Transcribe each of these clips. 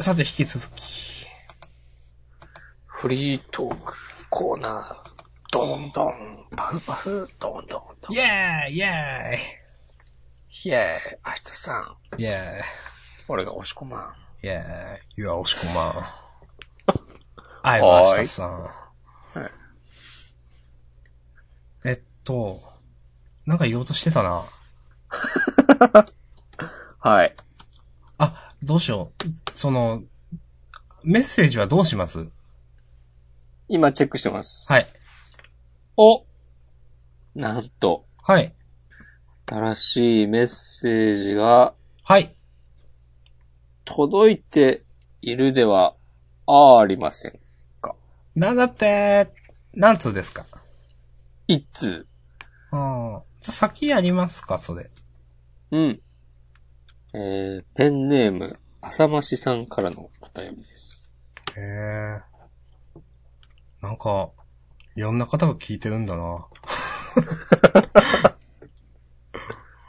さて、引き続き。フリートーク、コーナー、どんどん、パフパフ、どんどん、どん。イェーイイェーイェーイ、明日さん、イイェー俺が押し込まん。イイェーイ You are 押し込まん。I am 明日さん。えっと、なんか言おうとしてたな。はい。あ、どうしよう。その、メッセージはどうします今チェックしてます。はい。おなんと、はい。新しいメッセージがはい。届いているではありません。なんだって、何通ですか一通。ああ。じゃあ先やりますか、それ。うん。えー、ペンネーム、浅ましさんからのお便りです。へえ。なんか、いろんな方が聞いてるんだな。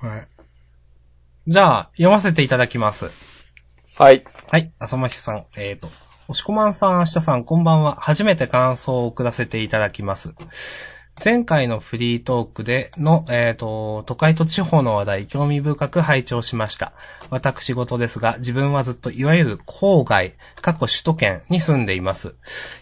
はい。じゃあ、読ませていただきます。はい。はい、浅ましさん。えーと、押しこまんさん、明日さん、こんばんは。初めて感想を送らせていただきます。前回のフリートークでの、えーと、都会と地方の話題、興味深く拝聴しました。私事ですが、自分はずっといわゆる郊外、過去首都圏に住んでいます。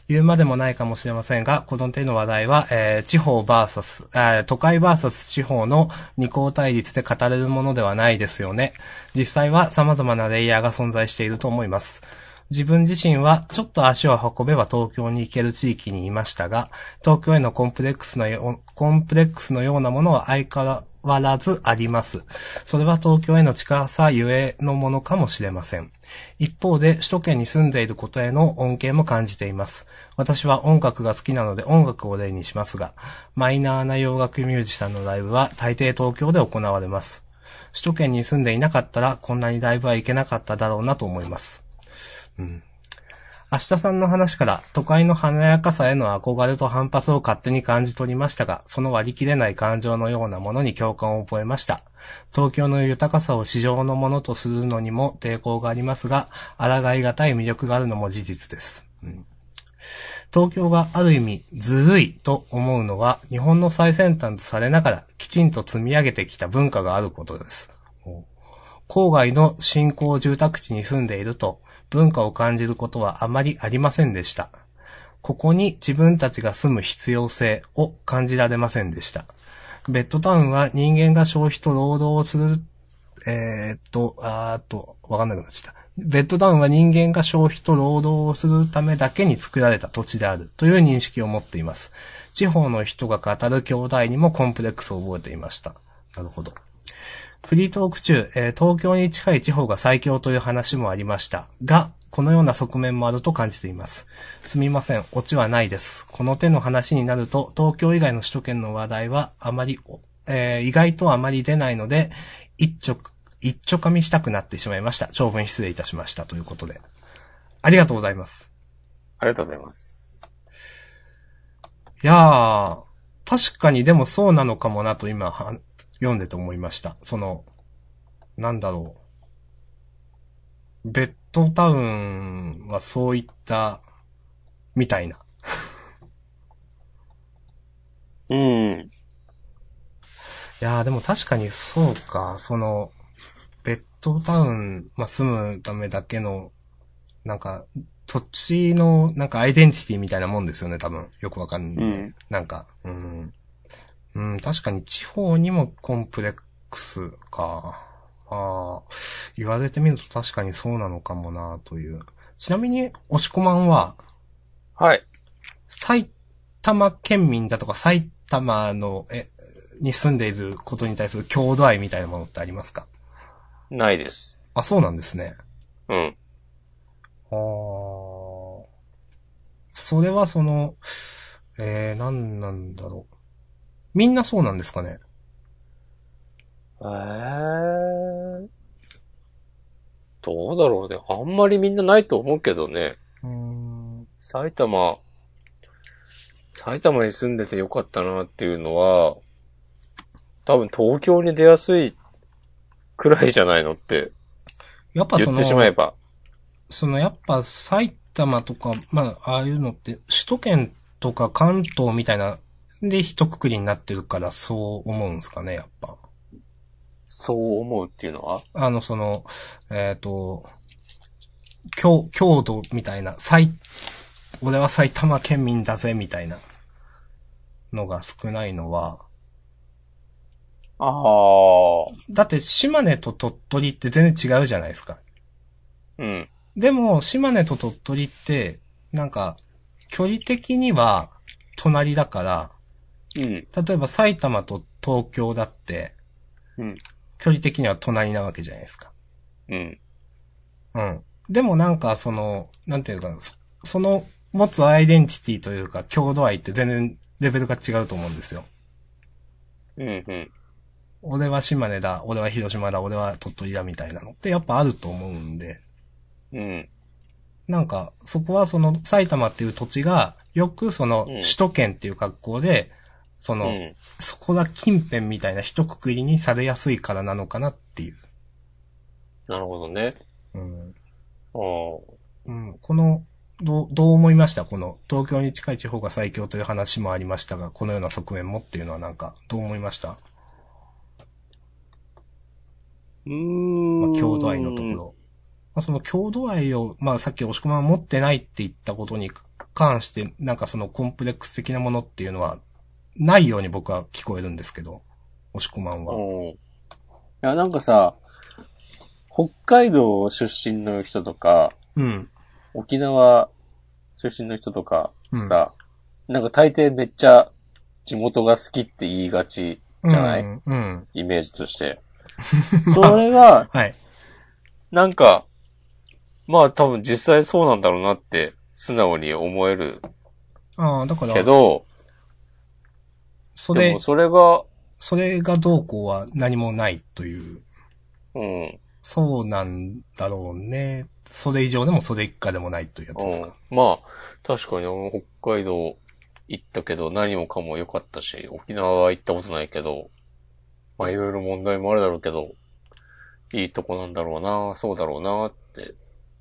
言うまでもないかもしれませんが、この手の話題は、えー地方バーサス、あー都会バーサス地方の二項対立で語れるものではないですよね。実際は様々なレイヤーが存在していると思います。自分自身はちょっと足を運べば東京に行ける地域にいましたが、東京へのコンプレックスのよう、コンプレックスのようなものは相変わらずあります。それは東京への近さゆえのものかもしれません。一方で首都圏に住んでいることへの恩恵も感じています。私は音楽が好きなので音楽を例にしますが、マイナーな洋楽ミュージシャンのライブは大抵東京で行われます。首都圏に住んでいなかったらこんなにライブは行けなかっただろうなと思います。うん。明日さんの話から都会の華やかさへの憧れと反発を勝手に感じ取りましたが、その割り切れない感情のようなものに共感を覚えました。東京の豊かさを市場のものとするのにも抵抗がありますが、抗いがたい魅力があるのも事実です。うん東京がある意味ずるいと思うのは日本の最先端とされながらきちんと積み上げてきた文化があることです。郊外の新興住宅地に住んでいると文化を感じることはあまりありませんでした。ここに自分たちが住む必要性を感じられませんでした。ベッドタウンは人間が消費と労働をする、えーっと、あーっと、わかんなくなっちゃった。ベッドタウンは人間が消費と労働をするためだけに作られた土地であるという認識を持っています。地方の人が語る兄弟にもコンプレックスを覚えていました。なるほど。フリートーク中、えー東京に近い地方が最強という話もありましたが、このような側面もあると感じています。すみません、オチはないです。この手の話になると、東京以外の首都圏の話題はあまりお、えー意外とあまり出ないので、一直、一ちょかみしたくなってしまいました。長文失礼いたしました。ということで。ありがとうございます。ありがとうございます。いやー、確かにでもそうなのかもなと今は読んでて思いました。その、なんだろう。ベッドタウンはそういった、みたいな。うん。いやーでも確かにそうか、その、ベッドタウン、まあ、住むためだけの、なんか、土地の、なんかアイデンティティみたいなもんですよね、多分。よくわかんない。うんなんか、うん。うん、確かに地方にもコンプレックスか。まあ、言われてみると確かにそうなのかもな、という。ちなみに、押し込まんは、はい。埼玉県民だとか埼玉の、え、に住んでいることに対する郷土愛みたいなものってありますかないです。あ、そうなんですね。うん。あーそれはその、えー、なんなんだろう。みんなそうなんですかねえー。どうだろうね。あんまりみんなないと思うけどね。うーん。埼玉、埼玉に住んでてよかったなっていうのは、多分東京に出やすいくらいじゃないのってやっぱそ言っの、てしまえば。そのやっぱ埼玉とか、まあ、ああいうのって、首都圏とか関東みたいな、で一括りになってるからそう思うんですかね、やっぱ。そう思うっていうのはあの、その、えっ、と、強、強度みたいな、埼、俺は埼玉県民だぜ、みたいなのが少ないのは、ああ。だって島根と鳥取って全然違うじゃないですか。うん。でも、島根と鳥取って、なんか、距離的には隣だから、うん。例えば埼玉と東京だって、うん。距離的には隣なわけじゃないですか。うん。うん。でもなんか、その、なんていうのかな、そその持つアイデンティティというか、郷土愛って全然レベルが違うと思うんですよ。うん。うん。俺は島根だ、俺は広島だ、俺は鳥取だみたいなのってやっぱあると思うんで。うん。なんか、そこはその埼玉っていう土地が、よくそのうん首都圏っていう格好で、その、うんそこが近辺みたいな一括りにされやすいからなのかなっていう。なるほどね。うん。ああ。うん、この、どう、どう思いましたこの、東京に近い地方が最強という話もありましたが、このような側面もっていうのはなんか、どう思いましたうまんあ、郷土愛のところ。まあ、その郷土愛を、まあ、さっき押し込まん持ってないって言ったことに関して、なんかそのコンプレックス的なものっていうのは、ないように僕は聞こえるんですけど、押し込まんは。うん。いや、なんかさ、北海道出身の人とか、うん。沖縄出身の人とかうんさ、なんか大抵めっちゃ地元が好きって言いがちじゃない、うん。うんイメージとして。 それが、はい。なんか、まあ多分実際そうなんだろうなって素直に思えるああ、だからけ、ど、そでれも、それが、それがどうこうは何もないという、うん、そうなんだろうね。それ以上でもそれ以下でもないというやつですか。うん、まあ、確かに俺も北海道行ったけど、何もかも良かったし、沖縄は行ったことないけど、まあいろいろ問題もあるだろうけど、いいとこなんだろうな、そうだろうなって、っ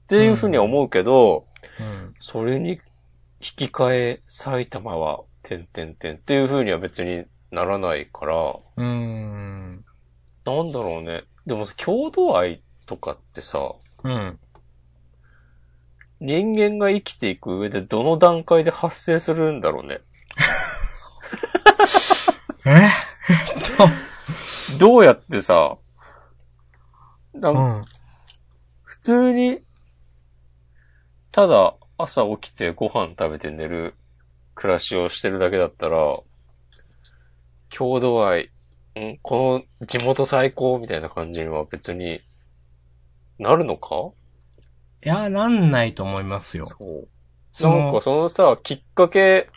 ていうふうには思うけど、うん。それに引き換え埼玉は、てんてんてんっていうふうには別にならないから、うーん。なんだろうね。でも、郷土愛とかってさ、うん。人間が生きていく上でどの段階で発生するんだろうね。ええっと、どうやってさ、なんうかん。普通に、ただ朝起きてご飯食べて寝る暮らしをしてるだけだったら、郷土愛、んこの地元最高みたいな感じには別になるのかいや、なんないと思いますよ。そうそのなんかそのさ、きっかけ、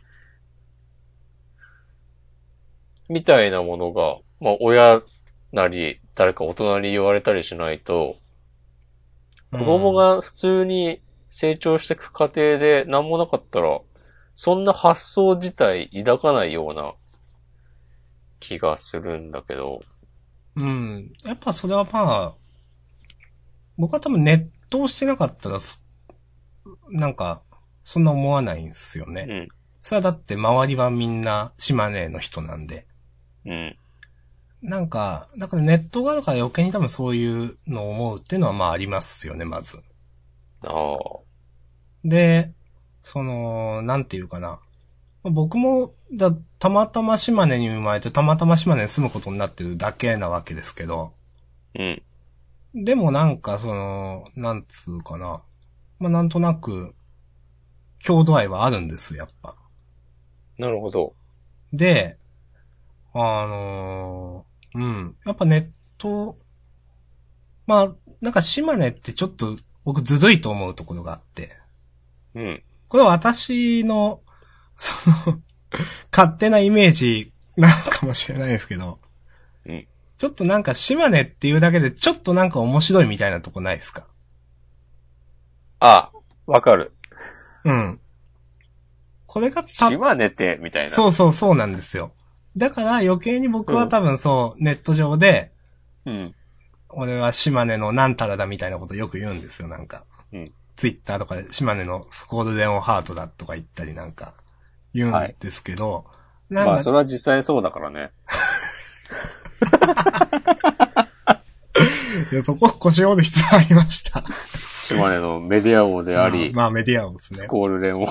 みたいなものが、まあ親なり、誰か大人に言われたりしないと、子供、が普通に成長していく過程で何もなかったら、そんな発想自体抱かないような気がするんだけど。うん、うん。やっぱそれはまあ、僕は多分ネットをしてなかったらす、なんか、そんな思わないんですようね。ん。それはだって周りはみんな島根の人なんで。うん。なんか、だからネットがあるから余計に多分そういうのを思うっていうのはまあありますよね、まず。ああ。で、その、なんていうかな。僕も、だ、たまたま島根に生まれて、たまたま島根に住むことになってるだけなわけですけど、うん。でもなんか、その、なんつうかな。まあ、なんとなく、郷土愛はあるんです、やっぱ。なるほど。で、あのーうん。やっぱネット、まあ、なんか島根ってちょっと僕ずるいと思うところがあって。うん。これは私の、その、勝手なイメージなのかもしれないですけど。うんちょっとなんか島根っていうだけでちょっとなんか面白いみたいなとこないですかああ。わかる。うん。これがた、島根て、みたいな。そうそうそうなんですよ。だから余計に僕は多分そう、ネット上で、うん。俺は島根のなんたらだみたいなことよく言うんですよ、なんか。うんツイッターとかで、島根のスコールデンオハートだとか言ったりなんか言うんですけど、なんか、まあ、それは実際そうだからね。いやそこ腰折る必要ありました。島根のメディア王であり、まあメディアをですねス。コール連王。うん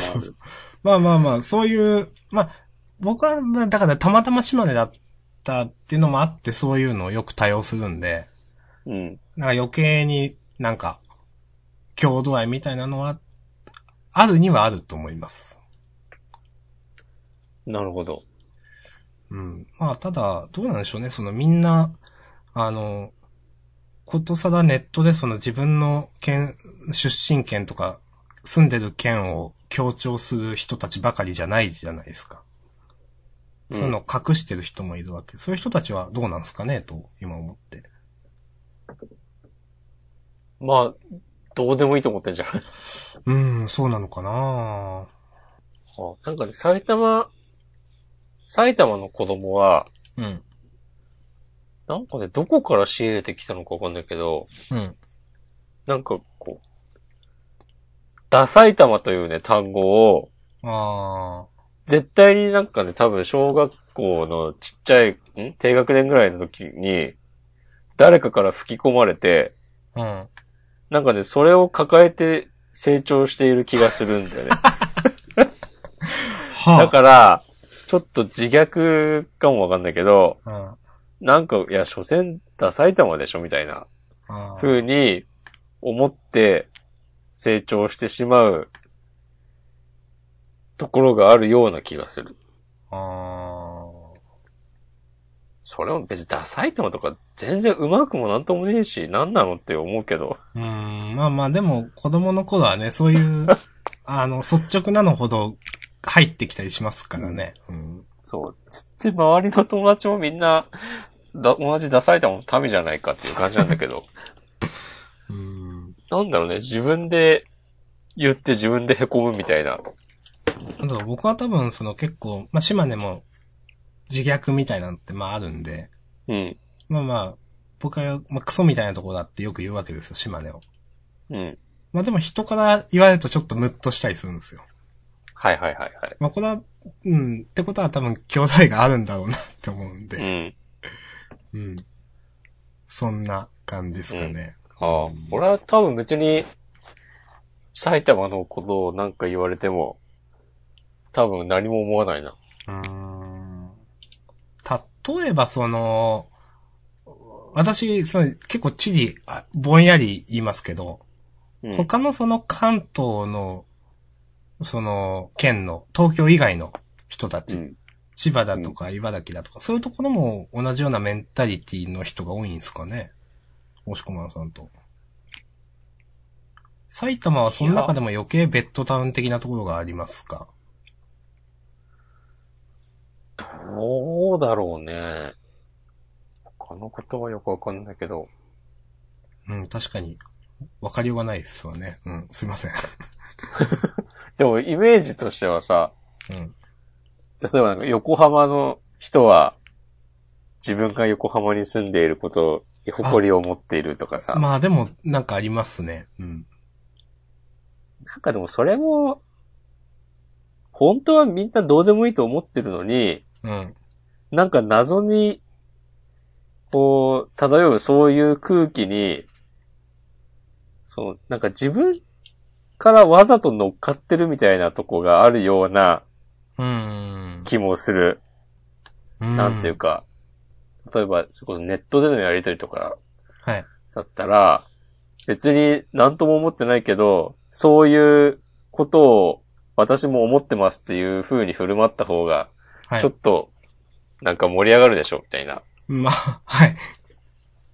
そうそうまあまあまあ、そういう、まあ、僕は、まあだからたまたま島根だったっていうのもあって、そういうのをよく対応するんで、うん。なんか余計になんか、郷土愛みたいなのは、あるにはあると思います。なるほど。うん。まあ、ただ、どうなんでしょうね。そのみんな、あの、ことさらネットでその自分の県、出身県とか、住んでる県を強調する人たちばかりじゃないじゃないですか。うんそういうのを隠してる人もいるわけ。そういう人たちはどうなんですかねと、今思って。まあ、どうでもいいと思ってんじゃん。うん、そうなのかななんかね、埼玉、埼玉の子供は、うん。なんかね、どこから仕入れてきたのかわかんないけど、うん。なんかこう、ダ埼玉というね、単語を、あ絶対になんかね、多分小学校のちっちゃい、ん低学年ぐらいの時に、誰かから吹き込まれて、あ。うん。なんかね、それを抱えて成長している気がするんだよね。はだから、ちょっと自虐かもわかんないけど、ら、うん。なんか、いや、所詮、ダ埼玉でしょみたいなあー風に思って成長してしまうところがあるような気がする。あそれも別にダ埼玉とか全然うまくもなんともねえし、なんなのって思うけど。ー。うん、まあまあ、でも、子供の頃はね、そう いう、あの、率直なのほど入ってきたりしますからね。うん。そう。つって周りの友達もみんな、だ同じダ埼玉の民じゃないかっていう感じなんだけど。 うん。なんだろうね、自分で言って自分で凹むみたいな。だから僕は多分、その結構、まあ、島根も自虐みたいなのって、まああるんで、うん。まあまあ、僕は、まあ、クソみたいなところだってよく言うわけですよ、島根を。うん。まあでも人から言われるとちょっとムッとしたりするんですよ。はいはいはいはい。まあこれは、うん、ってことは多分兄弟があるんだろうなって思うんうで、ん。うん。そんな感じですかね。ああ、俺は多分別に、埼玉のことをなんか言われても、多分何も思わないな。うーん例えばその、私、その結構地理、あぼんやり言いますけど、うん。他のその関東の、その、県の、東京以外の人たち、うん千葉だとか茨城だとか、そういうところも同じようなメンタリティの人が多いんですかね押し込まんさんと。埼玉はその中でも余計ベッドタウン的なところがありますかどうだろうね。他のことはよくわかんないけど。うん、確かに。わかりようがないですわね。うん、すいません。でもイメージとしてはさ、うん。例えばなんか横浜の人は、自分が横浜に住んでいることを、誇りを持っているとかさ。まあでも、なんかありますね。うん。なんかでもそれも、本当はみんなどうでもいいと思ってるのに、うん。なんか謎に、こう、漂うそういう空気に、そう、なんか自分からわざと乗っかってるみたいなとこがあるようなうん。気もする。なんていうか。か、例えば、それこそネットでのやりとりとかはい。だったら、別に何とも思ってないけど、そういうことを私も思ってますっていう風に振る舞った方が、はちょっい。と、なんか盛り上がるでしょ、みたいな。まあ、はい。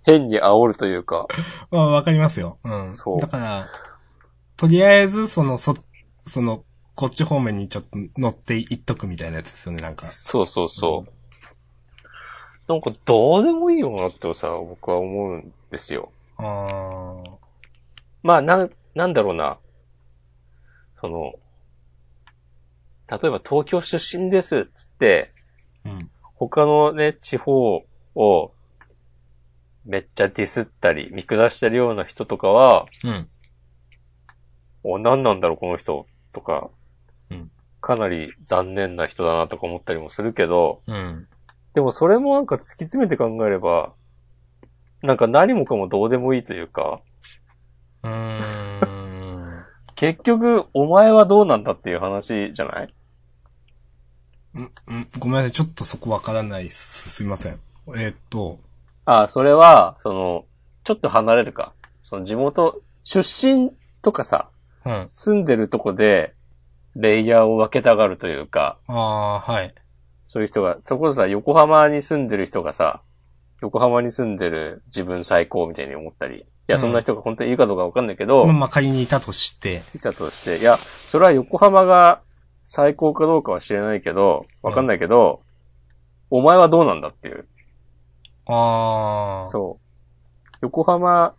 変に煽るというか、まあ、わかりますよ。うん。そうだから、とりあえず、その、そ、その、こっち方面にちょっと乗っていっとくみたいなやつですよね、なんか。そうそうそう。なんかどうでもいいよなってさ、僕は思うんですよ。ああ。まあ、なん、なんだろうな。その、例えば東京出身ですっつって、うん。他のね、地方をめっちゃディスったり見下してるような人とかは、うん。お、何なんだろう、この人、とか、うんかなり残念な人だなとか思ったりもするけど、うん。でもそれもなんか突き詰めて考えれば、なんか何もかもどうでもいいというか、うーん。結局、お前はどうなんだっていう話じゃないうん、うん、ごめんなさい。ちょっとそこわからないっす。すいません。えーっと、あ、それは、その、ちょっと離れるか。その地元、出身とかさ、うん。あ住んでるとこで、レイヤーを分けたがるというか、あー、はい。そういう人が、そこそさ、横浜に住んでる人がさ、横浜に住んでる自分最高みたいに思ったり、いや、うんそんな人が本当にいるかどうかわかんないけど、まあまあ仮にいたとして、いたとして、いや、それは横浜が最高かどうかは知れないけど、わかんないけど、お前はどうなんだっていう。ああ、そう。横浜、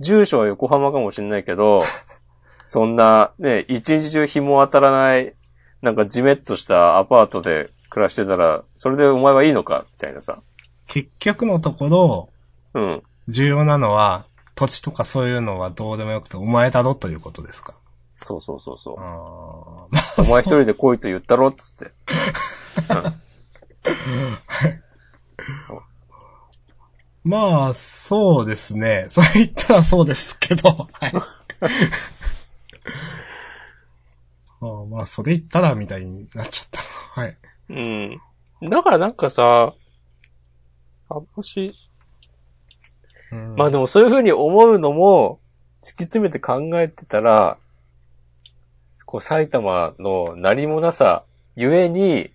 住所は横浜かもしれないけど、そんな、ね、一日中日も当たらない、なんかじめっとしたアパートで暮らしてたら、それでお前はいいのかみたいなさ。結局のところ、うん。重要なのは、土地とかそういうのはどうでもよくて、お前だろということですか。そうそうそうそ うあ。あ、お前一人で来いと言ったろっつって。うんそう。まあ、そうですね。 そう言ったらそうですけど、はい。 ああまあ、それ言ったらみたいになっちゃった。はい。うん。だからなんかさ、あんまし、うんまあでもそういうふうに思うのも、突き詰めて考えてたら、こう埼玉の何もなさ、ゆえに、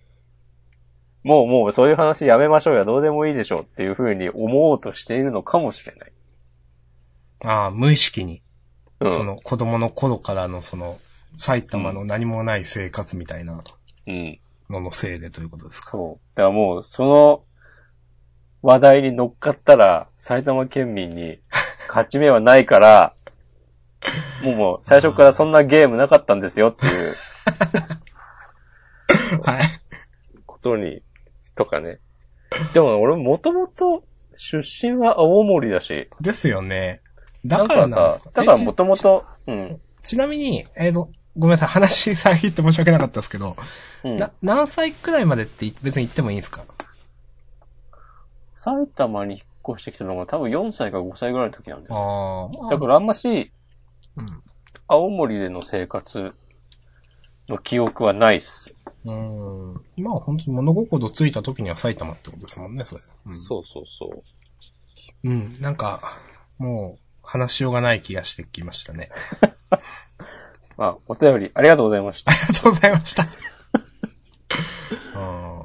もうもうそういう話やめましょうや、どうでもいいでしょうっていうふうに思おうとしているのかもしれない。ああ、無意識に、うん。その子供の頃からのその、埼玉の何もない生活みたいなうん。ののせいでということですか。そう。だからもう、その話題に乗っかったら、埼玉県民に勝ち目はないから、 もうもう最初からそんなゲームなかったんですよっていうはい。 ことに、とかね。でも俺もともと出身は青森だし、ですよね。だだかからならんでさすか、だからえもともと、うん。ちちなみに、えっ、と、ごめんなさい、話遮って申し訳なかったですけど、うん、な、何歳くらいまでって別に言ってもいいんですか埼玉に引っ越してきたのが多分4歳か5歳ぐらいの時なんだよ。ああ、まあだからあんまし、うん青森での生活の記憶はないっす。うん。まあ本当に物心ついた時には埼玉ってことですもんね、それ。うん。そうそうそう。う。ん。なんか、もう、話しようがない気がしてきましたね。 まあ、お便りありがとうございました。ありがとうございま した。あ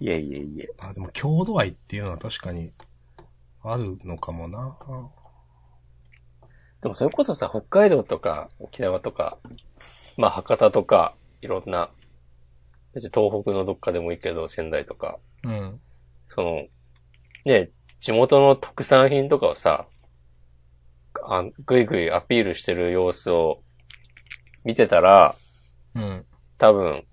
いえいえいえ。ーあ、でも郷土愛っていうのは確かに、あるのかもな。でもそれこそさ、北海道とか沖縄とか、まあ博多とか、いろんな、別に東北のどっかでもいいけど、仙台とか、うん。その、ね、地元の特産品とかをさ、あぐいぐいアピールしてる様子を見てたら、うん。多分、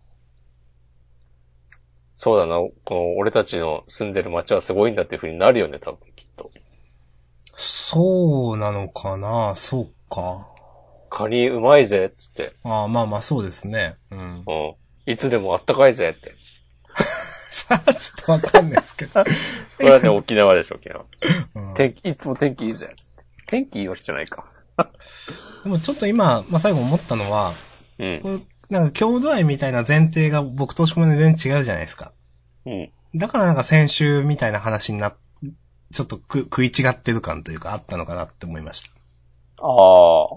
そうだな、この俺たちの住んでる街はすごいんだっていう風になるよね、多分きっと。そうなのかな、そうか。カニうまいぜ、つって。ああ、まあまあそうですね。うん。 うん。いつでもあったかいぜって。さあ、ちょっとわかんないですけど。これはね、沖縄でしょ、沖縄。うん天気、いつも天気いいぜ、つって。天気いいわけじゃないか。でもちょっと今、まあ、最後思ったのは、うん。こうなんか郷土愛みたいな前提が僕と押し込みで全然違うじゃないですか。うん。だからなんか先週みたいな話にな、ちょっとく食い違ってる感というかあったのかなって思いましああ、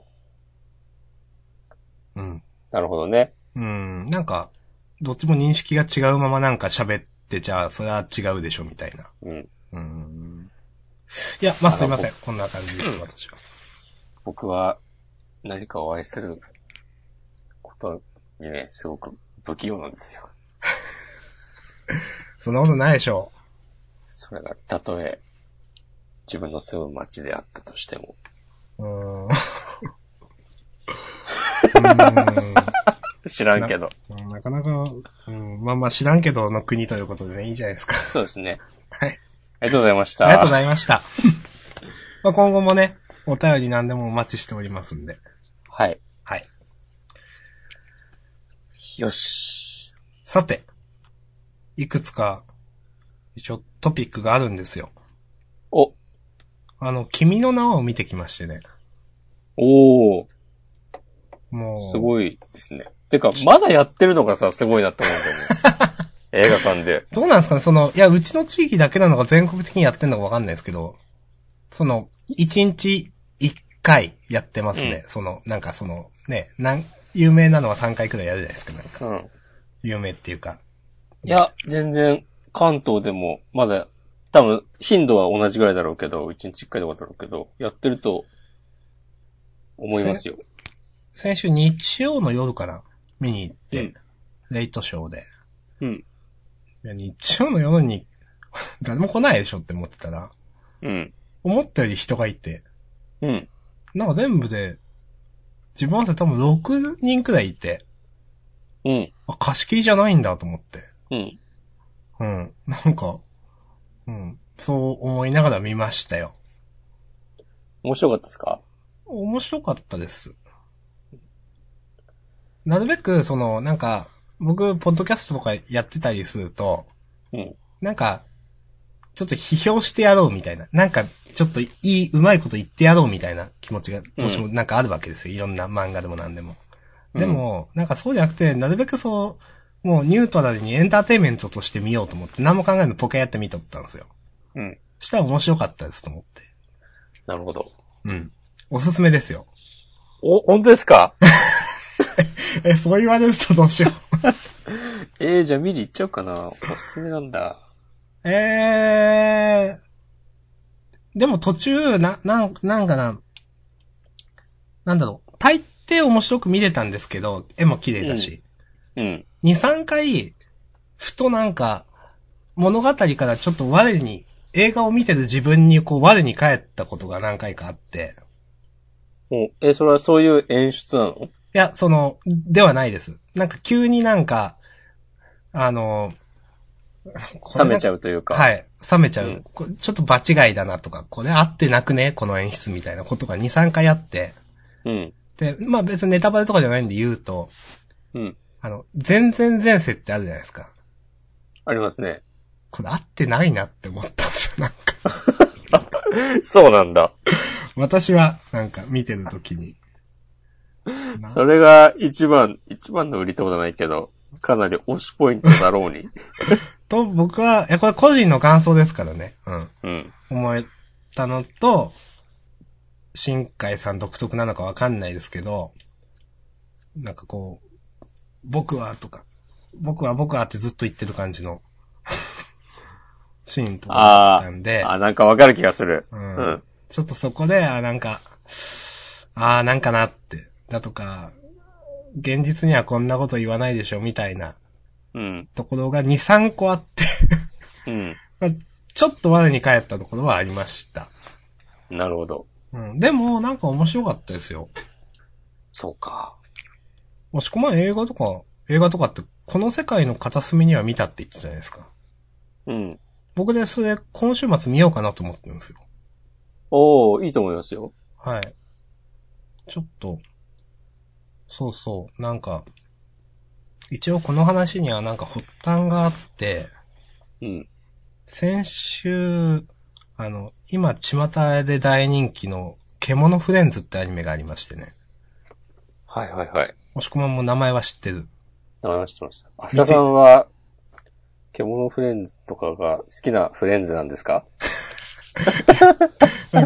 た。うん。なるほどね。うん。なんか、どっちも認識が違うままなんか喋って、じゃあそれは違うでしょみたいな。うん。うん。いや、まあすいません。こんな感じです、私は。僕は、何かを愛することにね、すごく不器用なんですよ。そんなことないでしょそれが、たとえ、自分の住む街であったとしても。う。う ーん。うーん知らんけど。うんなかなか、うん、まあまあ知らんけどの国ということでね、いいじゃないですか。そうですね。はい。ありがとうございましあた。りがとうご ざいました。まあ今後もね、お便り何でもお待ちしておりますんで。はい。はい。よし。さて、いくつか、一応トピックがあるんですよ。お、あの、君の名はを見てきましてね。おー、もう、すごいですね。てか、まだやってるのがさ、すごいなって思うん だよね。映画館で。どうなんですかねその、いや、うちの地域だけなのか全国的にやってんのかわかんないですけど、その、1日1回やってますね。その、なんかその、ね、なん、有名なのは3回くらいやるじゃないですか、なんか。うん。有名っていうか。いや、全然、関東でも、まだ、多分、頻度は同じぐらいだろうけど、1日1回とかだろうけど、やってると、思いますよ。先週日曜の夜から見に行って、うんレイトショーで。うん。いや、日曜の夜に、 誰も来ないでしょって思ってたら、うん。思ったより人がいて、うん。なんか全部で、自分合わせて多分6人くらいいて、うん。あ、貸し切りじゃないんだと思って。うん。うん。なんか、うん。そう思いながら見ましたよ。面白かったですか面白かったです。なるべく、その、なんか、僕、ポッドキャストとかやってたりすると、うんなんか、ちょっと批評してやろうみたいな。なんか、ちょっといい、うまいこと言ってやろうみたいな気持ちが、どうしてもなんかあるわけですよ。いろんな漫画でも何でも。でも、なんかそうじゃなくて、なるべくそう、もうニュートラルにエンターテインメントとして見ようと思って、何も考えずにポケやってみとったんですよ。うん。したら面白かったですと思って。なるほど。うん。おすすめですよ。お、本当ですか え、そう言われるとどうしよえー、じゃあ見に行っちゃおうかな。おすすめなんだ。う。 えー、でも途中、な、なん、なんかな、なんだろう。大抵面白く見れたんですけど、絵も綺麗だし。うん。 2、3回、ふとなんか、物語からちょっと我に、映画を見てる自分にこう我に返ったことが何回かあって。お、えーそれはそういう演出なのいや、その、ではないです。なんか急になんか、あの、冷めちゃうゃうというか。。はいい。冷めちゃう。うんこれちょっと場違いだなとか、これ合ってなくねこの演出みたいなことが2、3回あって。うん。で、まあ別にネタバレとかじゃないんで言うと、うん。あの、全然前世ってあるじゃないですか。ありますね。これ合ってないなって思ったんですよ。 なんか、そうなんだ。私は、なんか見てるとき に。なそれが一番、一番の売りってことはないけど、かなり推しポイントだろう に。と、僕は、いや、これ個人の感想ですからね。うん。うん。思えたのと、新海さん独特なのかわかんないですけど、なんかこう、僕はとか、僕は僕はってずっと言ってる感じのシーンとかだったんで、あ、なんかわかる気がする。ううんん。ちょっとそこで、あなんか、ああ、なんかなって、だとか、現実にはこんなこと言わないでしょみたいなうん。ところが2、3個あって、うん。ちょっと我に返ったところはありました。なるほど。うん。でも、なんか面白かったですよ。そうか。もしこまん映画とか、映画とかって、この世界の片隅には見たって言ってたじゃないですか。うん。僕でそれ、今週末見ようかなと思ってるんですよ。おー、いいと思いますよ。はい。ちょっと、そうそう、なんか、一応この話にはなんか発端があって、うん。先週、あの、今、巷で大人気の、獣フレンズってアニメがありましてね。はいはいはい。もしこまんも名前は知ってる。名前は知ってました。明日さんは、獣フレンズとかが好きなフレンズなんですか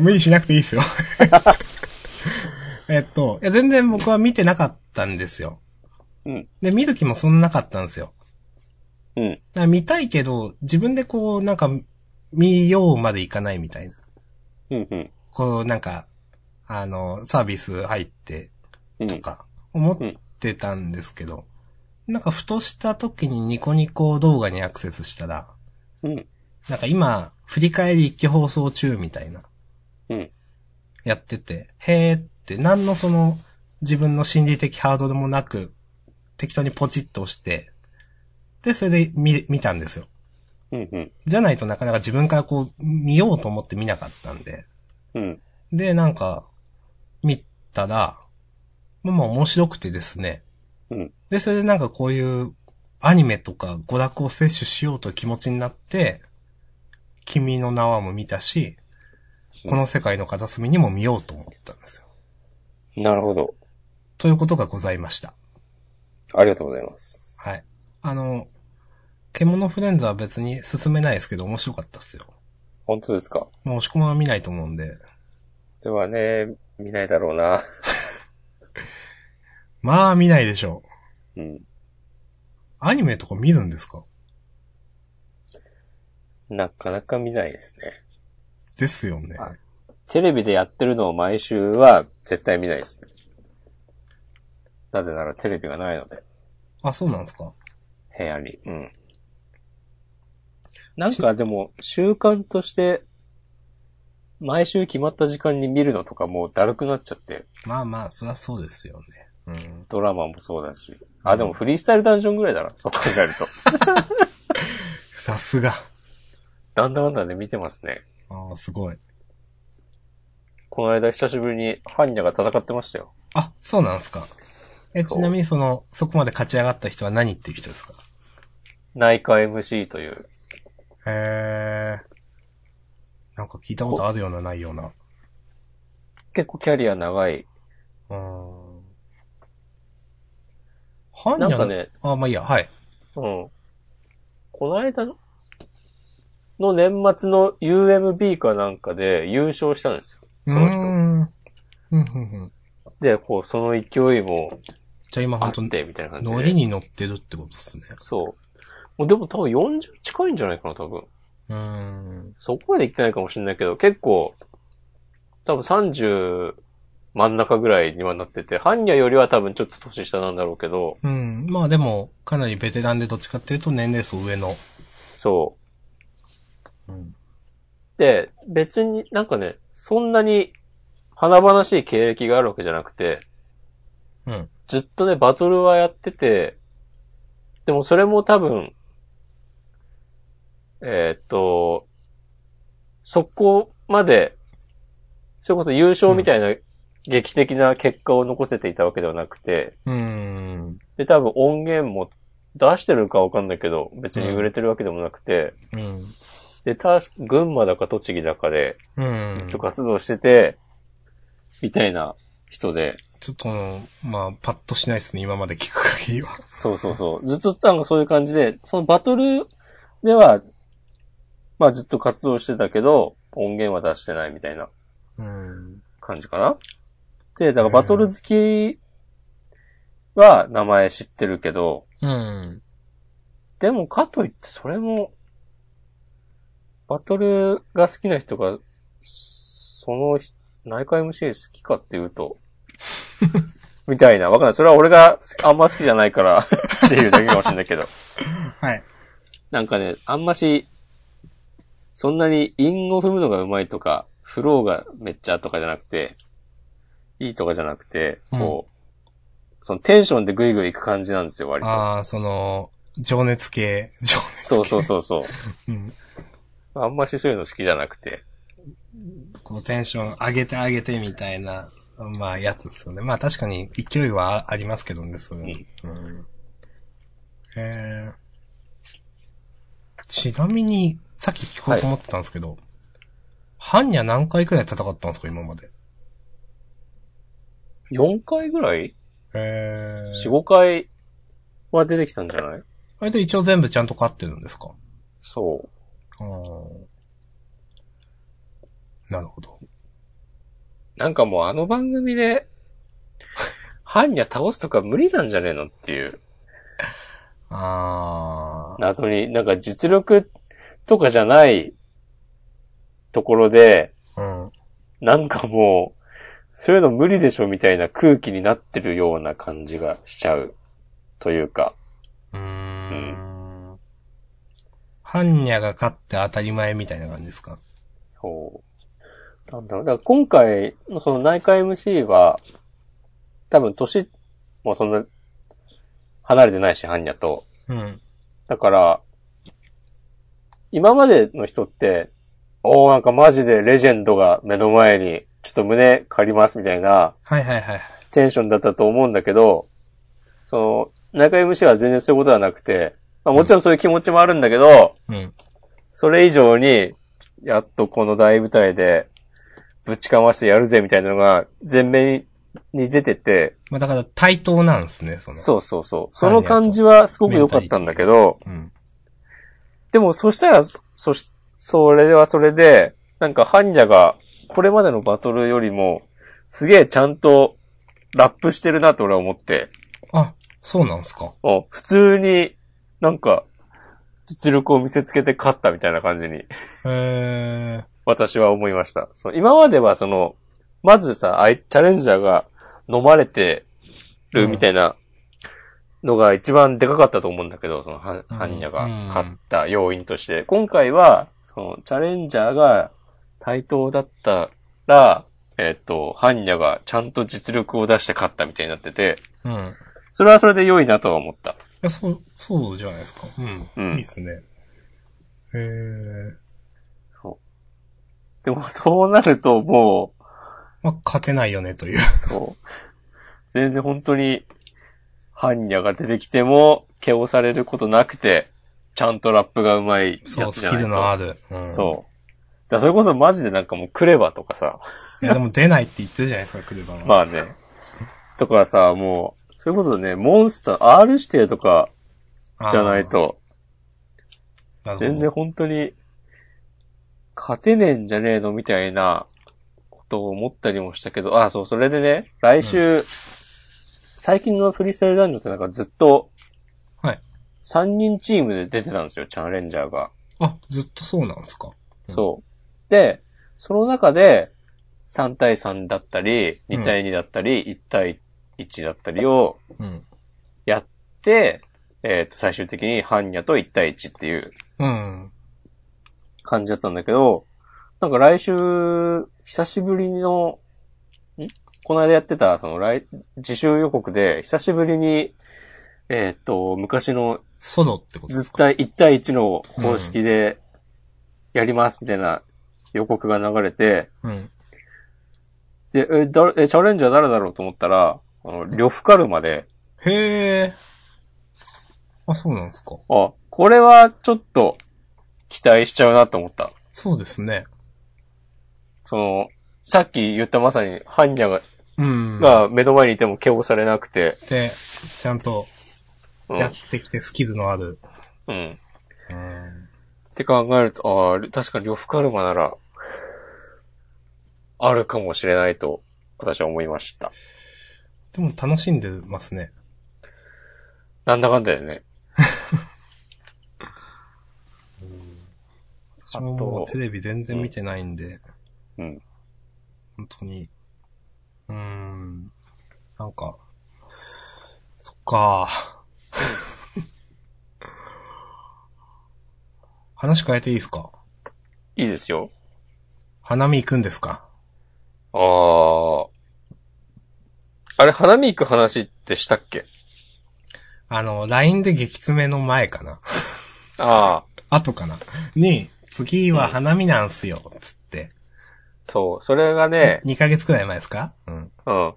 無理しなくていいですよ。 えっと、いや、全然僕は見てなかったんですよ。うん。で、見る気もそんななかったんですよ。うん。だから見たいけど、自分でこう、なんか、見ようまでいかないみたいな。うんうん。こう、なんか、あの、サービス入って、うんとか、思ってたんですけど、なんか、ふとした時にニコニコ動画にアクセスしたら、うん。なんか今、振り返り一気放送中みたいな。うん。やってて、へーって、何のその、自分の心理的ハードルもなく、適当にポチッと押して、で、それで見、見たんですよ。うんうん。じゃないとなかなか自分からこう、見ようと思って見なかったんで。うん。で、なんか、見たら、まあまあ面白くてですね。うんで、それでなんかこういうアニメとか娯楽を摂取しようという気持ちになって、君の名はも見たし、この世界の片隅にも見ようと思ったんですよ。なるほど。ということがございました。ありがとうございます。はい。あの、獣フレンズは別に進めないですけど面白かったっすよ。本当ですかまあ、押し込まは見ないと思うんで。ではね、見ないだろうな。まあ、見ないでしょう。うん。アニメとか見るんですかなかなか見ないですね。ですよね。あテレビでやってるのを毎週は絶対見ないですね。なぜならテレビがないので、あ、そうなんですか部屋に。うん。なんかでも、習慣として、毎週決まった時間に見るのとかもうだるくなっちゃって、まあまあ、そりゃそうですよね。うん。ドラマもそうだし。あ、でもフリースタイルダンジョンぐらいだな、そう考えると。 さすが。なんだかんだで見てますね。ああ、すごい。この間久しぶりにハンニャが戦ってましたよ。あ、そうなんですかえ、そうちなみにその、そこまで勝ち上がった人は何っていう人ですか内科 MC という。へえ。なんか聞いたことあるような、ないような。結構キャリア長い。うーん。はなんかね、あ、まあいいや、はい。うん。この間のの年末の UMB かなんかで優勝したんですよ。そのうーん。人。うん、うん、うん。で、こう、その勢いもじゃあ今あ本っ当に、て、みたいな感じで。ノリに乗ってるってことですね。そう。もうでも多分40近いんじゃないかな、多分。うーん。そこまで行ってないかもしれないけど、結構、多分30真ん中ぐらいにはなってて、ハンニャよりは多分ちょっと年下なんだろうけど、うん。まあでも、かなりベテランでどっちかっていうと年齢層上の。そうん。う。で、別になんかね、そんなに華々しい経歴があるわけじゃなくて、うん。ずっとね、バトルはやってて、でもそれも多分、えーっと、そこまで、それこそ優勝みたいな劇的な結果を残せていたわけではなくて、うーん。で、多分音源も出してるかわかんないけど、別に売れてるわけでもなくて、うん。で、た、群馬だか栃木だかで、うん。ずっと活動してて、みたいな人で、ちょっと、まあ、パッとしないですね、今まで聞く限りは。そうそうそう。ずっとなんかそういう感じで、そのバトルでは、まあずっと活動してたけど、音源は出してないみたいなうん。感じかな。で、だからバトル好きは名前知ってるけど、うん。でもかといってそれも、バトルが好きな人が、その人内科 MC 好きかっていう と、みたいな。わかんない。それは俺があんま好きじゃないからっていうだけかもしれないけど。はい。 なんかね、あんまし、そんなに韻を踏むのが上手いとか、フローがめっちゃとかじゃなくて、いいとかじゃなくて、こう、そのテンションでグイグイ行く感じなんですよ、割と。ああ、その、情熱系。情熱系。そうそうそうそう。うん。あんましそういうの好きじゃなくて。こう、テンション上げて上げてみたいな、まあ、やつですよね。まあ、確かに勢いはありますけどね、そういうの。うん。えー、ちなみに、さっき聞こうと思ってたんですけど、ハンニャ何回くらい戦ったんですか、今まで。 4回ぐらいえ ?4、5回は出てきたんじゃないあれで一応全部ちゃんと勝ってるんですかそう。ああ。なるほど。なんかもうあの番組 で、ハンニャ倒すとか無理なんじゃねえのっていう。ああ。謎に、なんか実力とかじゃないところで、うん。なんかもう、そういうの無理でしょみたいな空気になってるような感じがしちゃう。というか。うーん。ハンニャが勝って当たり前みたいな感じですかそう。なんだろう。だから今回のその内科 MC は、多分年もそんな離れてないし、ハンニャと。うん。だから、今までの人って、おーなんかマジでレジェンドが目の前に、ちょっと胸借りますみたいな、はいはいはいはい。テンションだったと思うんだけど、その、中 MC は全然そういうことはなくて、まあもちろんそういう気持ちもあるんだけど、うん。それ以上に、やっとこの大舞台で、ぶちかましてやるぜみたいなのが、前面に出てて、まあだから対等なんですね、その。そうそうそう。その感じはすごく良かったんだけど、う。うん。でもそしたら、そそし、それはそれで、なんかハンニャが、これまでのバトルよりも、すげえちゃんと、ラップしてるなと俺は思って、あ、そうなんすか。うん普通に、なんか、実力を見せつけて勝ったみたいな感じに、へ私は思いました。その今まではその、まずさ、あいチャレンジャーが飲まれてるみたいなのが一番でかかったと思うんだけど、その、はうんハンニャがうん勝った要因として。今回は、その、チャレンジャーが対等だったら、えっ、と、ハンニャがちゃんと実力を出して勝ったみたいになってて、ー。うん。いそれはそれで良いなとは思った。や、そう、そうじゃないですか。うん。うんいいですね。へー。でもそうなるともう、まあ、勝てないよね、という。そう。全然本当に、ハンニャが出てきても、ケオされることなくて、ちゃんとラップがうまいそやう、つスじゃキないと。ルのある。うん、そう。だからそれこそマジでなんかもうクレバとかさ、う。いや、でも出ないって言ってるじゃないですか、クルバは。まあね。とかさ、もう、それこそね、モンスター、R 指定とかあーじゃない。と、なるほど全然。本当に、勝てねえんじゃねえのみたいな、ことを思ったりもしたけど、あ、そう、それでね、来週、最近のフリースタイルダンジョンってなんかずっと、はい。 3人チームで出てたんですよ、チャレンジャーが。あ、ずっとそうなんですか。うんそう。で、その中で、3対3だったり、2対2だったり、1対1だったりをうん。やって、えっ、と、最終的にハンニャと1対1っていううん。感じだったんだけど、なんか来週、久しぶりの、んこの間やってた、その来、自習予告で、久しぶりに、えっ、と、昔のソロってことでずっすか対1対1の方式でやりますみたいな予告が流れて、うん。で、え、だえチャレンジャー誰だろうと思ったら、あの、呂布カルマで、へえ。あ、そうなんですか。あ、これはちょっと期待しちゃうなと思った。そうですね。その、さっき言ったまさに、ハンニャが、うん。が目の前にいても KO されなくて、で、ちゃんとうんやってきてスキルのある。うん。うん。って考えると、ああ、確かに呂布カルマなら、あるかもしれないと、私は思いました。でも楽しんでますね。なんだかんだよね。私ももうテレビ全然見てないんで。うん。本当に。うーん。なんか、そっか。話変えていいですかいいですよ。花見行くんですかああ。あれ、花見行く話ってしたっけあの、LINE で激詰めの前かなああ。後かなに、次は花見なんすよ、つって。そう。それがね、 2ヶ月くらい前ですかうん。うん。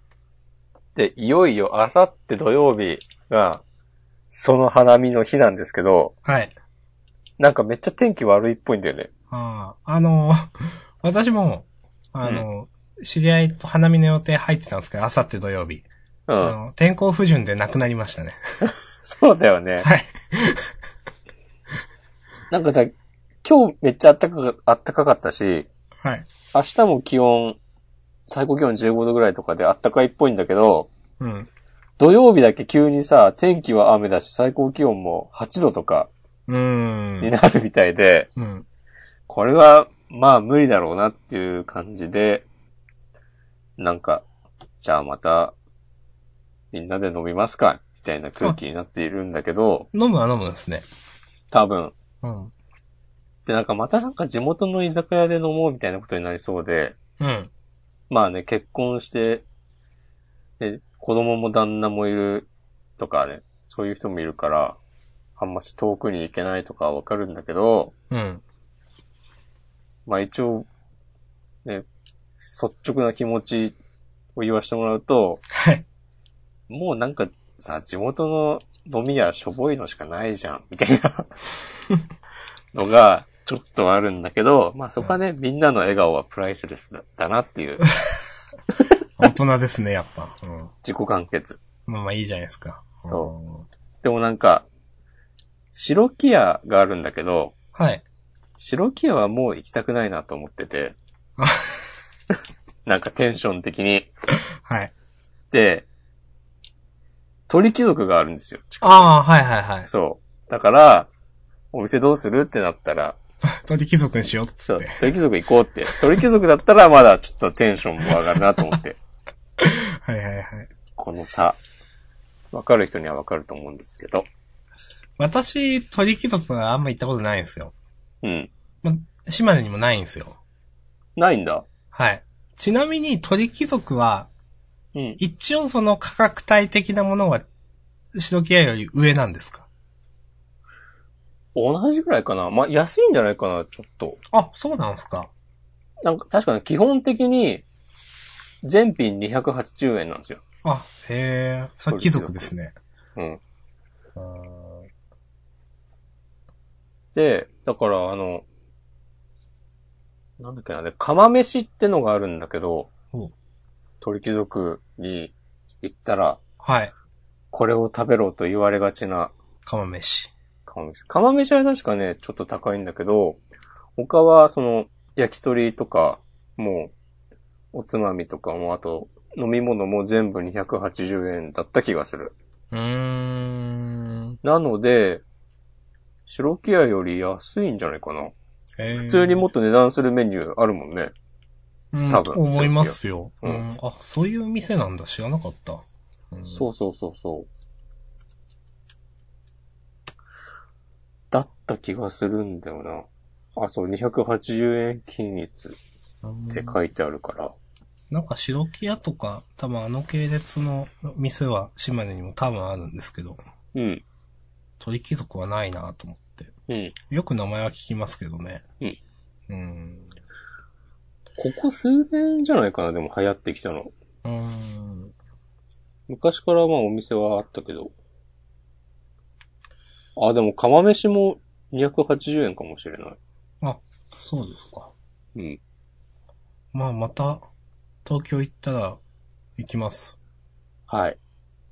で、いよいよ、あさって土曜日が、その花見の日なんですけど、はい。なんかめっちゃ天気悪いっぽいんだよね。ああ、あの、 私も、あの、知り合いと花見の予定入ってたんですけど、あさって土曜日。あうん。の天候不順でなくなりましたね。そうだよね。はい。なんかさ、今日めっちゃ暖かか暖かかったし、はい。明日も気温、最高気温15度ぐらいとかで暖かいっぽいんだけど、うん。土曜日だけ急にさ、天気は雨だし、最高気温も8度とかうーん。になるみたいで、うん。これは、まあ無理だろうなっていう感じで、なんか、じゃあまた、みんなで飲みますか、みたいな空気になっているんだけど、飲むは飲むんですね。多分。うん。で、なんかまたなんか地元の居酒屋で飲もうみたいなことになりそうで、うん。まあね、結婚して、で、子供も旦那もいるとかね、そういう人もいるから、あんまし遠くに行けないとかはわかるんだけど、うん。まあ一応、ね、率直な気持ちを言わせてもらうと、はい。もうなんかさ、地元の飲み屋しょぼいのしかないじゃん、みたい なのが、ちょっとあるんだけど、まあそこはね、みんなの笑顔はプライスレスだだな っていう大人ですね、やっぱ。うん。自己完結。まあまあいいじゃないですか。そでもなんか、白木屋があるんだけど、うん。はい。白木屋はもう行きたくないなと思って てあ。なんかテンション的に。はい。で、鳥貴族があるんですよ。近くにああ、はいはいはい。そう。だから、お店どうするってなったら、鳥貴族にしようっつそっうて。、鳥貴族行こうって。鳥貴族だったらまだちょっとテンションも上がるなと思 って。はいはいはい。この差。わかる人にはわかると思うんですけど。私、鳥貴族はあんま行ったことないんですよ。うん。まあ、島根にもないんですよ。ないんだ。はい。ちなみに鳥貴族は、うん。一応その価格帯的なものは、白木屋より上なんですか同じくらいかな。まあ、安いんじゃないかな、ちょっと。あ、そうなんですか。なんか、確かに基本的に、全品280円なんですよ。あ、へえ、それ貴族ですね。うん。うーんで、だから、あの、なんだっけな、で、釜飯ってのがあるんだけどほう、鳥貴族に行ったら、はい。これを食べろと言われがちな釜飯。釜飯。釜飯は確かね、ちょっと高いんだけど、他は、その、焼き鳥とか、もう、おつまみとかも、あと、飲み物も全部280円だった気がする。うーん。なので、白木屋より安いんじゃないかな。普普通にもっと値段するメニューあるもんね。うん、多分思いますよ、うんうんあ、そういう店なんだ。知らなかった。うんそうそうそうそう。だった気がするんだよな。あ、そう、280円均一っうんて書いてあるから。なんか白木屋とか、多分あの系列の店は島根にも多分あるんですけど、うん。鳥貴族はないなと思って。うん。よく名前は聞きますけどね。うん。うん。ここ数年じゃないかな、でも流行ってきたの。うん。昔からまあお店はあったけど。あ、でも釜飯も280円かもしれない。そうですか。うん。まあまた、東京行ったら行きます。はい。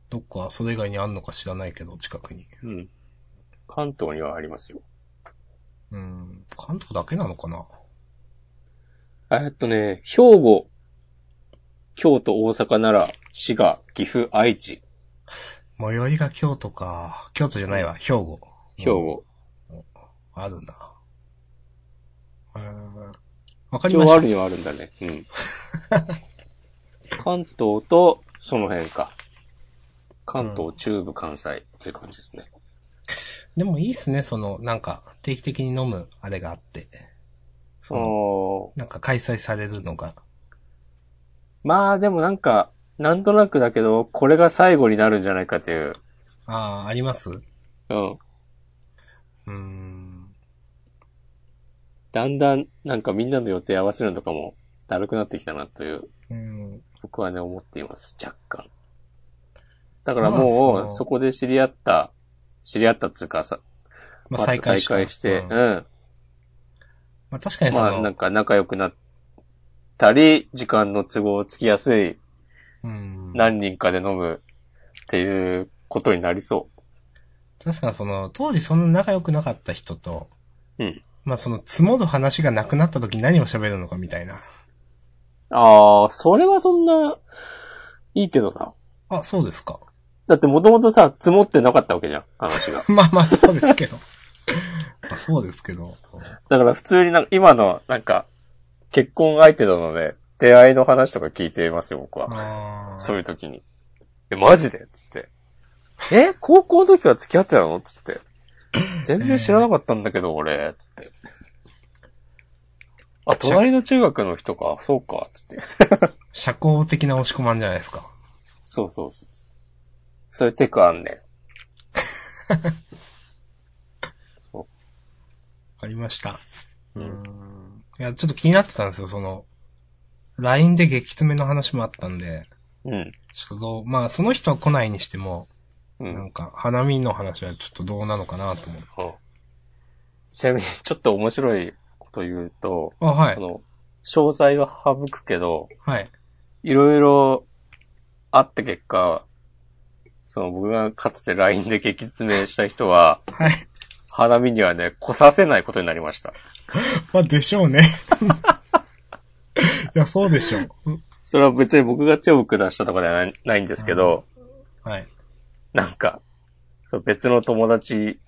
どっかそれ以外にあんのか知らないけど、近くに。うん。関東にはありますよ。うん。関東だけなのかなえっとね、兵庫、京都、大阪、奈良、滋賀、岐阜、愛知、最寄りが京都か。京都じゃないわ、兵庫。兵庫。あるな。えーわかり一ま応しあるにはあるんだね。 うん。関東と、その辺か。関東、中部、関西っていう感じですね。た。でもいいっすね、その、なんか、定期的に飲む、あれがあって。そその、の、なんか開催されるのが。まあでもなんか、なんとなくだけど、これが最後になるんじゃないかという。ああ、ありますううん。ーん。だんだん、なんかみんなの予定合わせるのとかも、だるくなってきたなという。うん。僕はね、思っています。若干。だからまあもう、そのそこで知り合った、知り合ったっつうかさ、まあ、また再開した。して、うんうん。まあ、確かにそまあ、の、なんか仲良くなったり、時間の都合つきやすい、うん。何人かで飲むっていうことになりそ確かにその、当時そんな仲良くなかった人と、うん。まあ、その、積もる話がなくなった時何を喋るのかみたいな。う。ああ、それはそんな、いいけどな。あ、そうですか。 だってもともとさ、積もってなかったわけじゃん、話が。まあまあ、そうですけど。 まあそうですけど。だから普通になんか、今の、なんか、結婚相手なので、出会いの話とか聞いていますよ、僕は。あーそういう時に。え、マジでつって。え高校の時から付き合ってたのつって。全然知らなかったんだけど、俺。つって。あ、隣の中学の人か。そうか。つって。社交的な押し込まんじゃないですか。そうそうそうそう。それテクあんねん。わかりました。うんん。いや、ちょっと気になってたんですよ、その、 LINE で激詰めの話もあったんで、うん。ちょっとどう、まあその人は来ないにしても、う。なんんか、花見の話はちょっとどうなのかなと思う。あちなみに、ちょっと面白いこと言うと、あ、はあい。の、詳細は省くけど、はい。いろいろあった結果、その僕がかつて LINE で激詰めした人は、はい。花見にはね、来させないことになりました。まあでしょ うね。いや、そうでしょう。それは別に僕が手を下したとかではないないんですけど、はい。なんか、そう別の友達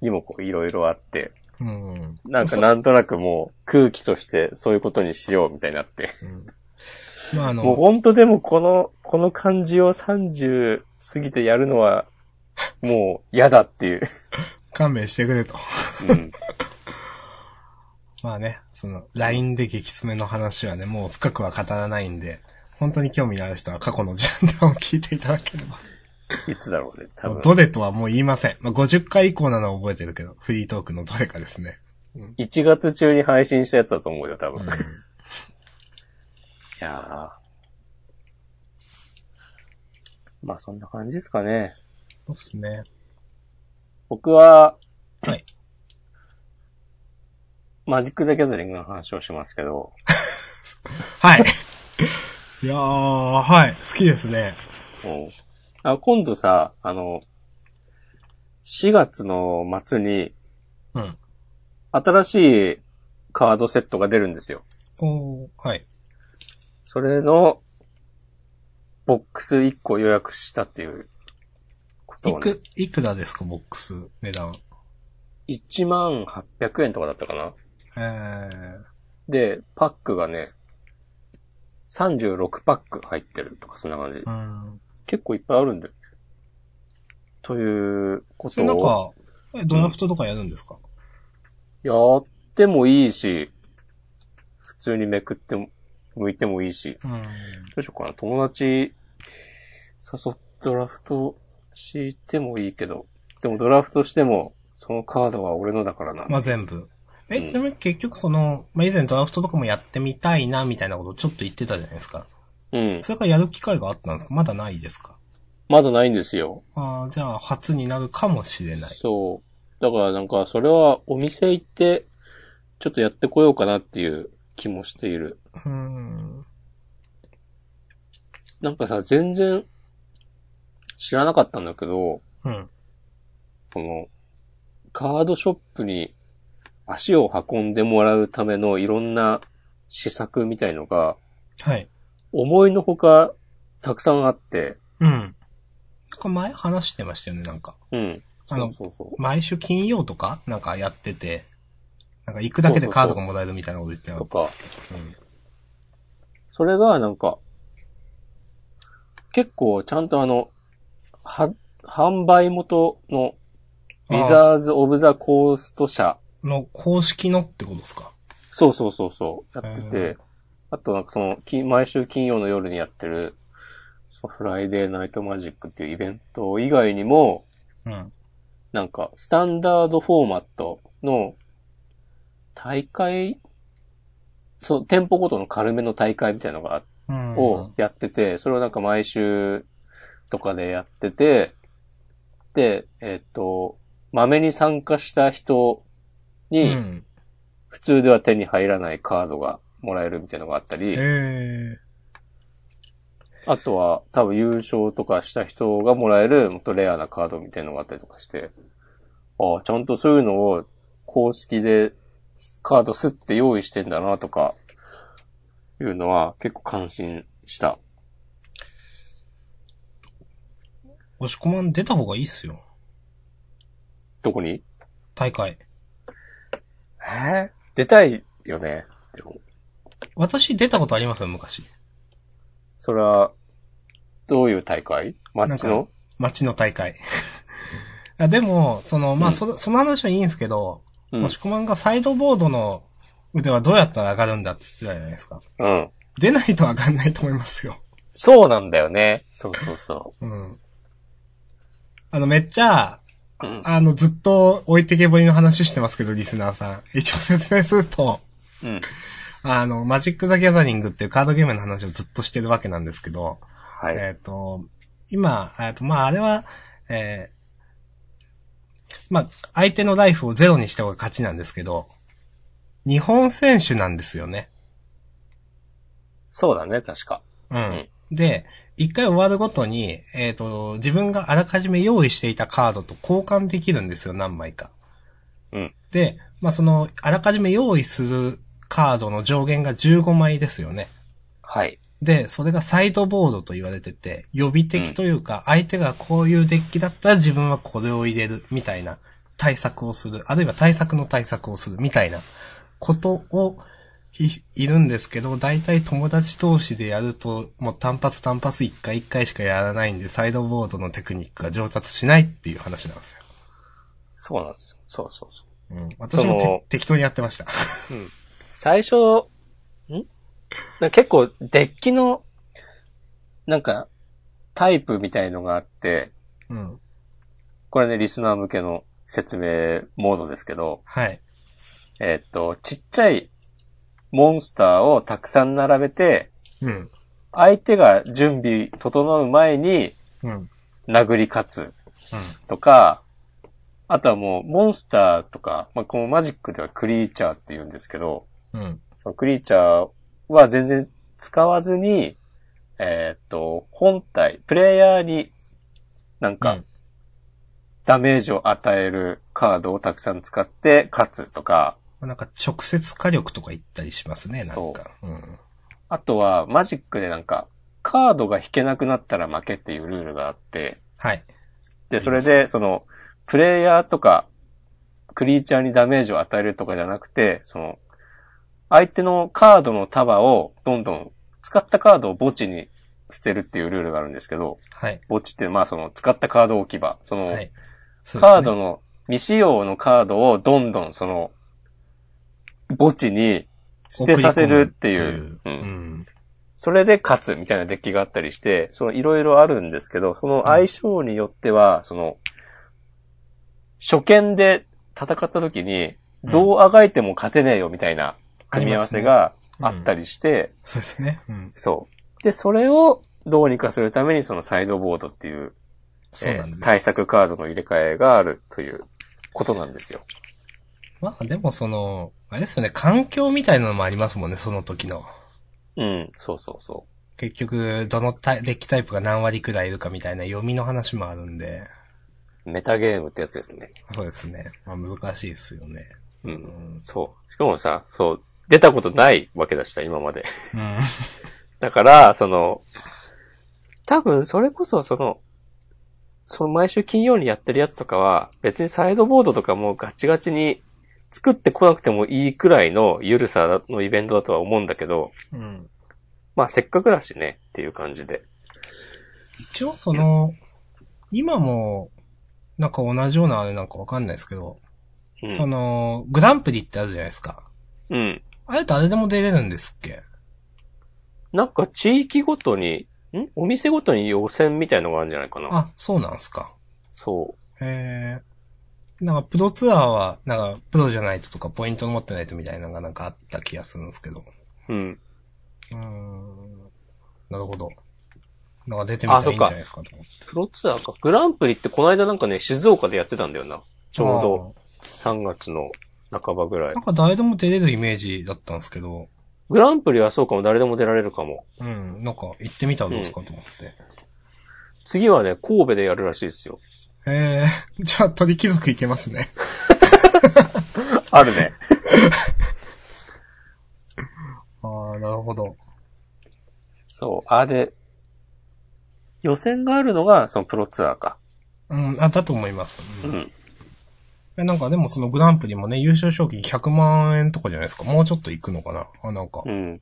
にもこういろいろあって、うん。なんかなんとなくもう空気としてそういうことにしようみたいになって。うんまああもうの、ほんとでもこの、この感じを30過ぎてやるのは、もう嫌だっていう。勘弁してくれと。うん。まあね、その、LINE で激詰めの話はね、もう深くは語らないんで、本当に興味のある人は過去のジャンダンを聞いていただければ。 いつだろうね、多もう分。どれとはもう言いません。まあ、50回以降なのは覚えてるけど、フリートークのどれかですね。 1月中に配信したやつだと思うよ、多う分。んいやーまあそんな感じですかね。そうっすね。僕は、はい。マジック・ザ・ギャザリングの話をしますけど、はい。いやー、はい。好きですね。うんあ今度さ、あの、4月の末にうん。新しいカードセットが出るんですよ。おー、はい。それのボックス1個予約したっていうこといをね。く、いくらですか、ボックス、値段。 1万800円とかだったかなえー、で、パックがね、36パック入ってるとか、そんな感じう。ん。結構いっぱいあるんだよね。というこそとれなんをか、えドラフトとかやるんですか、やってもいいし、普通にめくっても、向いてもいいし、どうん、うしようかな。友達、誘っドラフトしてもいいけど、でもドラフトしても、そのカードは俺のだからな。まあ全部。え、うんちなみに結局その、まあ以前ドラフトとかもやってみたいな、みたいなことをちょっと言ってたじゃないですか。うん。それからやる機会があったんですかまだないですかまだないんですよ。ああ、じゃあ初になるかもしれない。そう。だからなんか、それはお店行って、ちょっとやってこようかなっていう気もしている。うん。なんかさ、全然知らなかったんだけど、うん。この、カードショップに足を運んでもらうためのいろんな施策みたいのが、はい。思いのほかたくさんあって、うん。なんか前話してましたよね、なんか。うん。あそのうそうそ毎週金曜とかなんかやってて、なんか行くだけでカードがもらえるみたいなこと言ってう。なかとっか、た。うんそれがなんか、結構ちゃんとあの、は、販売元のウィザーズ・オブ・ザ・コースト社、の公式のってことですかそうそうそうそう、やってへて、あとなんかその、き毎週金曜の夜にやってる、そのフライデーナイトマジックっていうイベント以外にも、うん。なんか、スタンダードフォーマットの大会、そう、店舗ごとの軽めの大会みたいなのがあってうん。をやってて、それをなんか毎週とかでやってて、で、えっ、と、豆に参加した人うに、ん。普通では手に入らないカードがもらえるみたいなのがあったり、えあとは多分優勝とかした人がもらえるもっとレアなカードみたいなのがあったりとかして、ああ、ちゃんとそういうのを公式でカードすって用意してんだなとか、いうのは結構感心した。ー、押し込まん出た方がいいっすよ。どこに大会。え出たいよね。でも、私出たことありますよ、昔。それは、どういう大会マッチなんの街の大会。い やでも、その、まあ、うんそ、その話はいいんですけど、うん。押し込まんがサイドボードの腕はどうやったら上がるんだって言ってたじゃないですか。うん。出ないと上がんないと思いますよ。そうなんだよね。そうそうそうん。あの、めっちゃ、う。うん。あの、ずっと置いてけぼりの話してますけど、リスナーさん。一応説明すると、うん。あの、マジック・ザ・ギャザリングっていうカードゲームの話をずっとしてるわけなんですけど、はい。えっ、と、今、えっ、と、まあ、あれは、えーまあ、相手のライフをゼロにした方が勝ちなんですけど、日本選手なんですよね。そうだね、確か。うん。んで、一回終わるごとに、えっ、と、自分があらかじめ用意していたカードと交換できるんですよ、何枚か。うん。で、まあ、その、あらかじめ用意するカードの上限が15枚ですよね。はい。で、それがサイドボードと言われてて、予備的というか、相手がこういうデッキだったら自分はこれを入れる、みたいな対策をする、あるいは対策の対策をする、みたいなことをい、いるんですけど、大体友達同士でやると、もう単発単発1回1回しかやらないんで、サイドボードのテクニックが上達しないっていう話なんですよ。そうなんですよ。そうそうそう。うん、私もてその適当にやってました。最初、んなんか結構、デッキの、なんか、タイプみたいのがあって、うん。これね、リスナー向けの説明モードですけど、はい。えっと、ちっちゃいモンスターをたくさん並べて、うん。相手が準備整う前にうん。うん。殴り勝つとか、あとはもうモンスターとか、まあ、このマジックではクリーチャーって言うんですけど、うん。そのクリーチャーは全然使わずに、えーっと、本体、プレイヤーになんうかんダメージを与えるカードをたくさん使って勝つとか、なんか直接火力とか言ったりしますね、なんか。うん。あとはマジックでなんかカードが引けなくなったら負けっていうルールがあって、はい。で、それでそのプレイヤーとかクリーチャーにダメージを与えるとかじゃなくて、その相手のカードの束をどんどん使ったカードを墓地に捨てるっていうルールがあるんですけど、はい。墓地って、まあその使ったカード置き場、そのはい。そうですねカードの未使用のカードをどんどんその墓地に捨てさせるっていう、送り込むっていううんうん。それで勝つみたいなデッキがあったりして、そのいろいろあるんですけど、その相性によっては、その、初見で戦った時に、うんどうあがいても勝てねえよみたいな組み合わせがあったりして、そうですね。うん。そう。で、それをどうにかするためにそのサイドボードっていう、そうなんです。えー対策カードの入れ替えがあるということなんですよ。まあでもその、あれですよね、環境みたいなのもありますもんね、その時の。うん、そうそうそ結局、どのタイデッキタイプが何割くらいいるかみたいな読みの話もあるんで、う。メタゲームってやつですね。そうですね。まあ難しいですよね。うう。んん。そう。しかもさ、そう、出たことないわけだした、今まで。 うん。だから、その、多分それこそその、その毎週金曜にやってるやつとかは、別にサイドボードとかもうガチガチに作ってこなくてもいいくらいの緩さのイベントだとは思うんだけど、うん。まあせっかくだしねっていう感じで。一応その、今も、なんか同じようなあれなんかわかんないですけど、うん。その、グランプリってあるじゃないですか。うん。あれ誰でも出れるんですっけなんか地域ごとに、んお店ごとに予選みたいのがあるんじゃないかな。あ、そうなんすか。そえー、なんかプロツアーは、なんかプロじゃないととかポイント持ってないとみたいなのがなんかあった気がするんですけど。う。うん。うーん。なるほど。なんか出てみたらいいんじゃないですかと思って。プロツアーか。グランプリってこの間なんかね、静岡でやってたんだよな。ちょうどあ3月の半ばぐらいー。なんか誰でも出れるイメージだったんですけど、グランプリはそうかも、誰でも出られるかも。うん、なんか行ってみたらどうですかと思って。次はね、神戸でやるらしいですよ。えー、 じゃあ鳥貴族行けますね。あるね。ああ、なるほど。そう。あ、で、予選があるのが、そのプロツアーか。うん、あ、だと思います。ううんん。えなんかでもそのグランプリもね、優勝賞金100万円とかじゃないですか。もうちょっと行くのかなあ、なんかう。ん。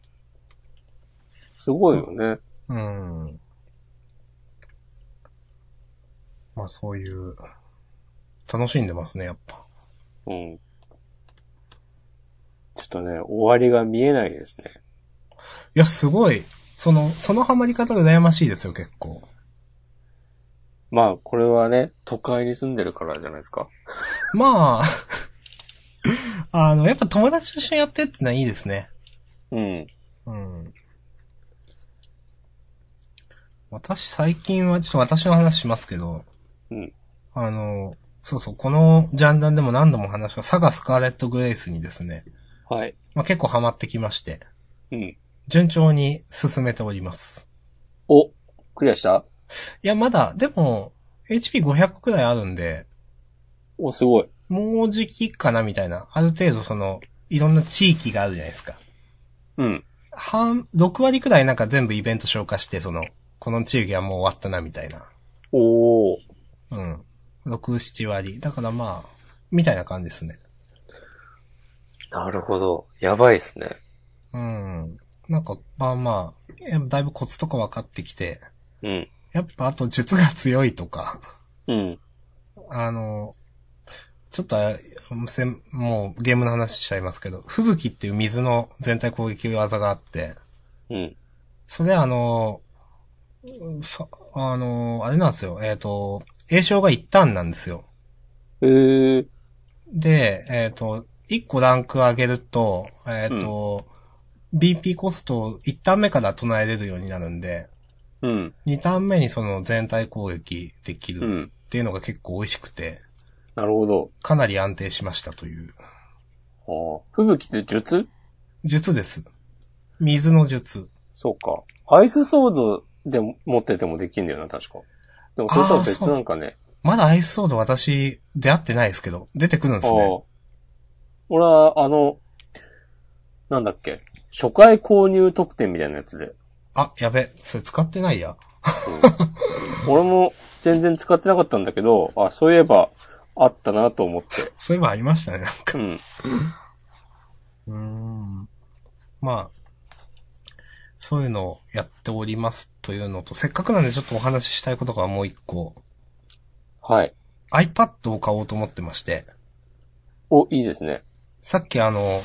すごいよね。うん。まあそういう、楽しんでますね、やっぱ。うん。ちょっとね、終わりが見えないですね。いや、すごい。その、そのハマり方が羨ましいですよ、結構。まあ、これはね、都会に住んでるからじゃないですか。 まあ、あの、やっぱ友達と一緒にやってってのはいいですね。うん。うん。私最近は、ちょっと私の話しますけど、うんあの、そうそう、このジャンダンでも何度も話した、サガスカーレット・グレイスにですね、はい。まあ、結構ハマってきまして、うん。順調に進めております。お、クリアしたいや、まだ、でも、HP500 くらいあるんで、お、すごい。もうじきかなみたいな。ある程度その、いろんな地域があるじゃないですか。うん。半、6割くらいなんか全部イベント消化して、その、この地域はもう終わったなみたいな。おー。うん。6、7割。だからまあ、みたいな感じですね。なるほど。やばいっすね。うん。なんか、まあまあ、やっぱだいぶコツとか分かってきて、うん。やっぱあと術が強いとか、 うん。あの、ちょっとあ、せんもうゲームの話しちゃいますけど、吹雪っていう水の全体攻撃技があって、うん。それあの、うんそあの、あれなんですよ、えっ、と、栄翔が一旦なんですよ。えー。で、えっ、と、1個ランク上げると、えっ、と、BP コストを1ターン目から唱えれるようになるんで、うん。 2ターン目にその全体攻撃できうるん。っていうのが結構美味しくて、なるほど。かなり安定しましたという。ああ。吹雪って術術です。水の術。そうか。アイスソードでも持っててもできんだよな、確か。でも、それとは別なんかね。まだアイスソード私出会ってないですけど、出てくるんでああすね。俺は、あの、なんだっけ。初回購入特典みたいなやつで。あ、やべ、それ使ってないや。うん 俺も全然使ってなかったんだけど、あ、そういえば、あったなと思って。そういえばありましたね、なんか。うん。うん。まあ、そういうのをやっておりますというのと、せっかくなんでちょっとお話ししたいことがもう一個。はい。 iPad を買おうと思ってまして、お、いいですね。さっきあの、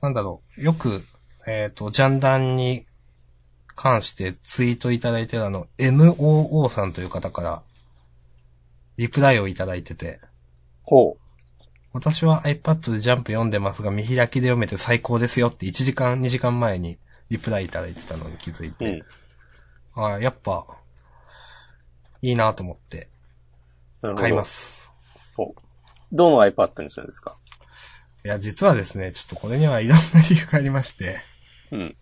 なんだろう、よく、えっ、と、ジャンダンに関してツイートいただいてるあの、MOO さんという方から、リプライをいただいてて、ほ。私は iPad でジャンプ読んでますが、見開きで読めて最高ですよって1時間、2時間前にリプライいただいてたのに気づいううて、ん。ああ、やっぱ、いいなと思ってなるほど。買います。どの iPad にするんですかいや、実はですね、ちょっとこれにはいろんな理由がありまして、うん。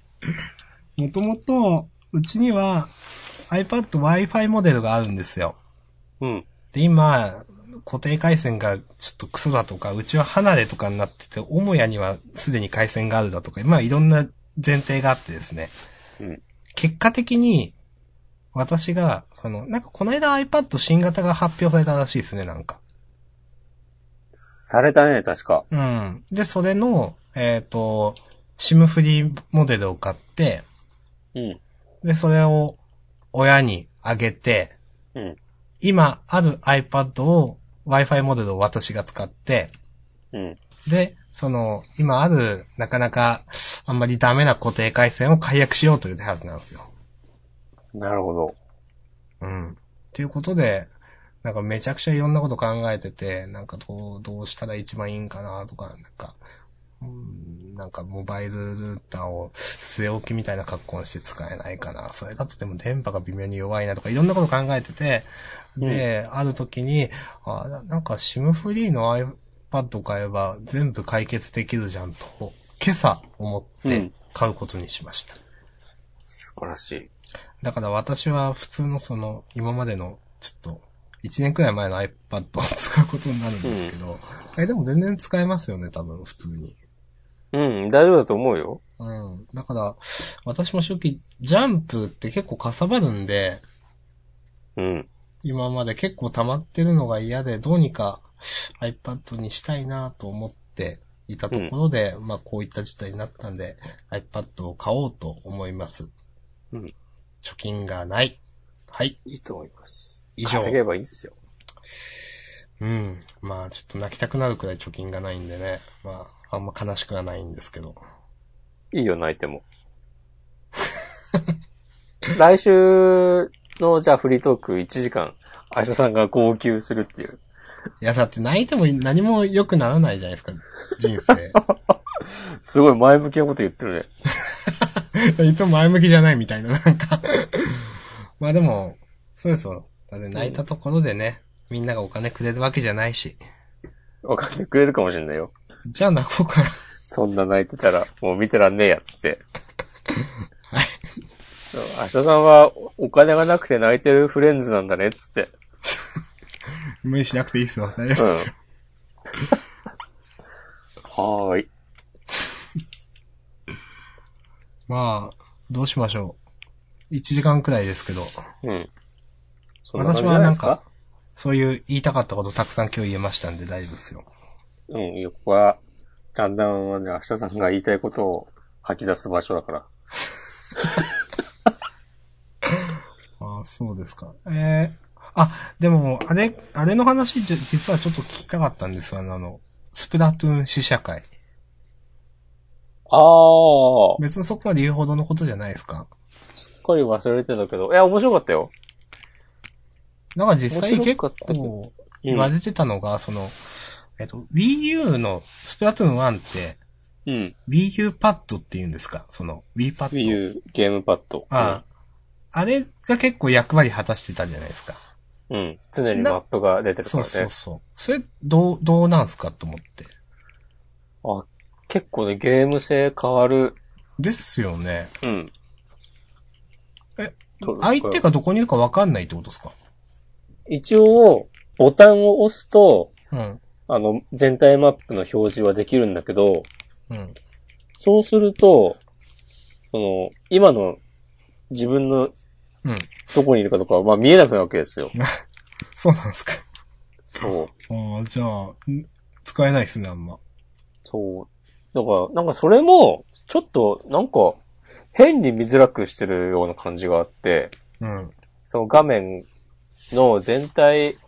もともと、うちには iPad Wi-Fi モデルがあるんですよ。うん。で、今、固定回線がちょっとクソだとか、うちは離れとかになってて、母屋にはすでに回線があるだとか、まあいろんな前提があってですね。うん結果的に、私が、その、なんかこの間 iPad 新型が発表されたらしいですね、なんか。されたね、確か。うん。で、それの、えっ、と、SIM フリーモデルを買って、うん。で、それを親にあげて、うん。今ある iPad を Wi-Fi モデルを私が使って、うん。で、その、今ある、なかなか、あんまりダメな固定回線を解約しようという手はずなんですよ。なるほど。うん。っていうことで、なんかめちゃくちゃいろんなこと考えてて、なんかどう、どうしたら一番いいんかなとか、なんか、うん、なんかモバイルルーターを据え置きみたいな格好にして使えないかな。それだとでも電波が微妙に弱いなとか、いろんなこと考えてて、で、ある時に、あななんか SIM フリーの iPad を買えば全部解決できるじゃんと、今朝思っうてん買うことにしました。素晴らしい。だから私は普通のその、今までの、ちょっと、1年くらい前の iPad を使うことになるんですけど、え、でも全然使えますよね、多分、普通に。うん、大丈夫だと思うよ。うん。だから、私も初期、ジャンプって結構かさばるんで、うん。今まで結構溜まってるのが嫌で、どうにか iPad にしたいなと思っていたところで、まあこういった事態になったんで、iPad を買おうと思います。うん。貯金がない。はい。いいと思います。以上稼げばいいんですよ。うん。まあ、ちょっと泣きたくなるくらい貯金がないんでね。まあ、あんま悲しくはないんですけど。いいよ、泣いても。 来週の、じゃあフリートーク1時間、明日さんが号泣するっていう。いや、だって泣いても何も良くならないじゃないですか、人生。すごい前向きなこと言ってるね。いつも前向きじゃないみたいな、なんか。まあでも、そうですよ。だって泣いたところでね、みんながお金くれるわけじゃないし。わかってくれるかもしんないよ。じゃあ泣こうかな。そんな泣いてたら、もう見てらんねえや、っつって。はい。そう明日さんはお金がなくて泣いてるフレンズなんだね、っつって。無理しなくていいっすよ。大丈夫うですよ。ん。はーい。まあ、どうしましょう。1時間くらいですけど。うん。そんな感じ私じゃはないなでんすかか、そういう言いたかったことたくさん今日言えましたんで大丈夫ですよ。うん、いやここは、だんだんね、明日さんが言いたいことを吐き出す場所だから。ああ、そうですか。ええあ、でも、あれ、あれの話、じゃ実はちょっと聞きたかったんですよ。あのあの、スプラトゥーン試写会。ああ、別にそこまで言うほどのことじゃないですか。すっかり忘れてたけど。いや、面白かったよ。なんか実際面結白かったけど構言われてたのが、その、えっと、Wii U のスプラトゥーン1って、うん。 Wii U パッドって言うんですかその、Wii パッド。 Wii U ゲームパッド。ああ。あれが結構役割果たしてたじゃないですか。うん。うん。常にマップが出てるかそらうね。そうそう。それ、どう、どうなんすかと思って。あ、結構ね、ゲーム性変わる。ですよね。うん。えどうですか、相手がどこにいるかわかんないってことですか一応、ボタンを押すと、うん。あの、全体マップの表示はできるんだけど、うん。そうすると、その、今の自分のうん。どこにいるかとかは、まあ見えなくなるわけですよ。そうなんですか。そう。ああ、じゃあ、ん使えないですね、あんま。そう。だから、なんかそれも、ちょっと、なんか、変に見づらくしてるような感じがあって、うん。その画面の全体、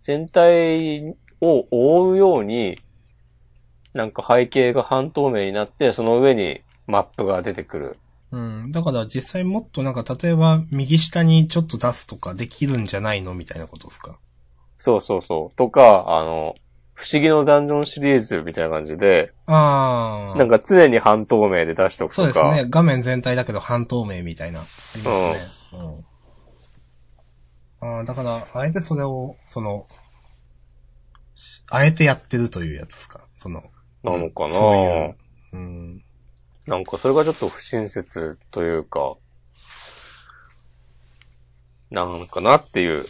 全体を覆うように、なんか背景が半透明になって、その上にマップが出てくる。うん。だから実際もっとなんか、例えば右下にちょっと出すとかできるんじゃないのみたいなことですかそうそうそう。とか、あの、不思議のダンジョンシリーズみたいな感じで、ああ。なんか常に半透明で出しておくそとうか。ですね。画面全体だけど半透明みたいな。ありますね。うん。ああ、だから、あえてそれを、その、しあえてやってるというやつですかその。なのかなそういう。うん。なんかそれがちょっと不親切というか、なんかなっていう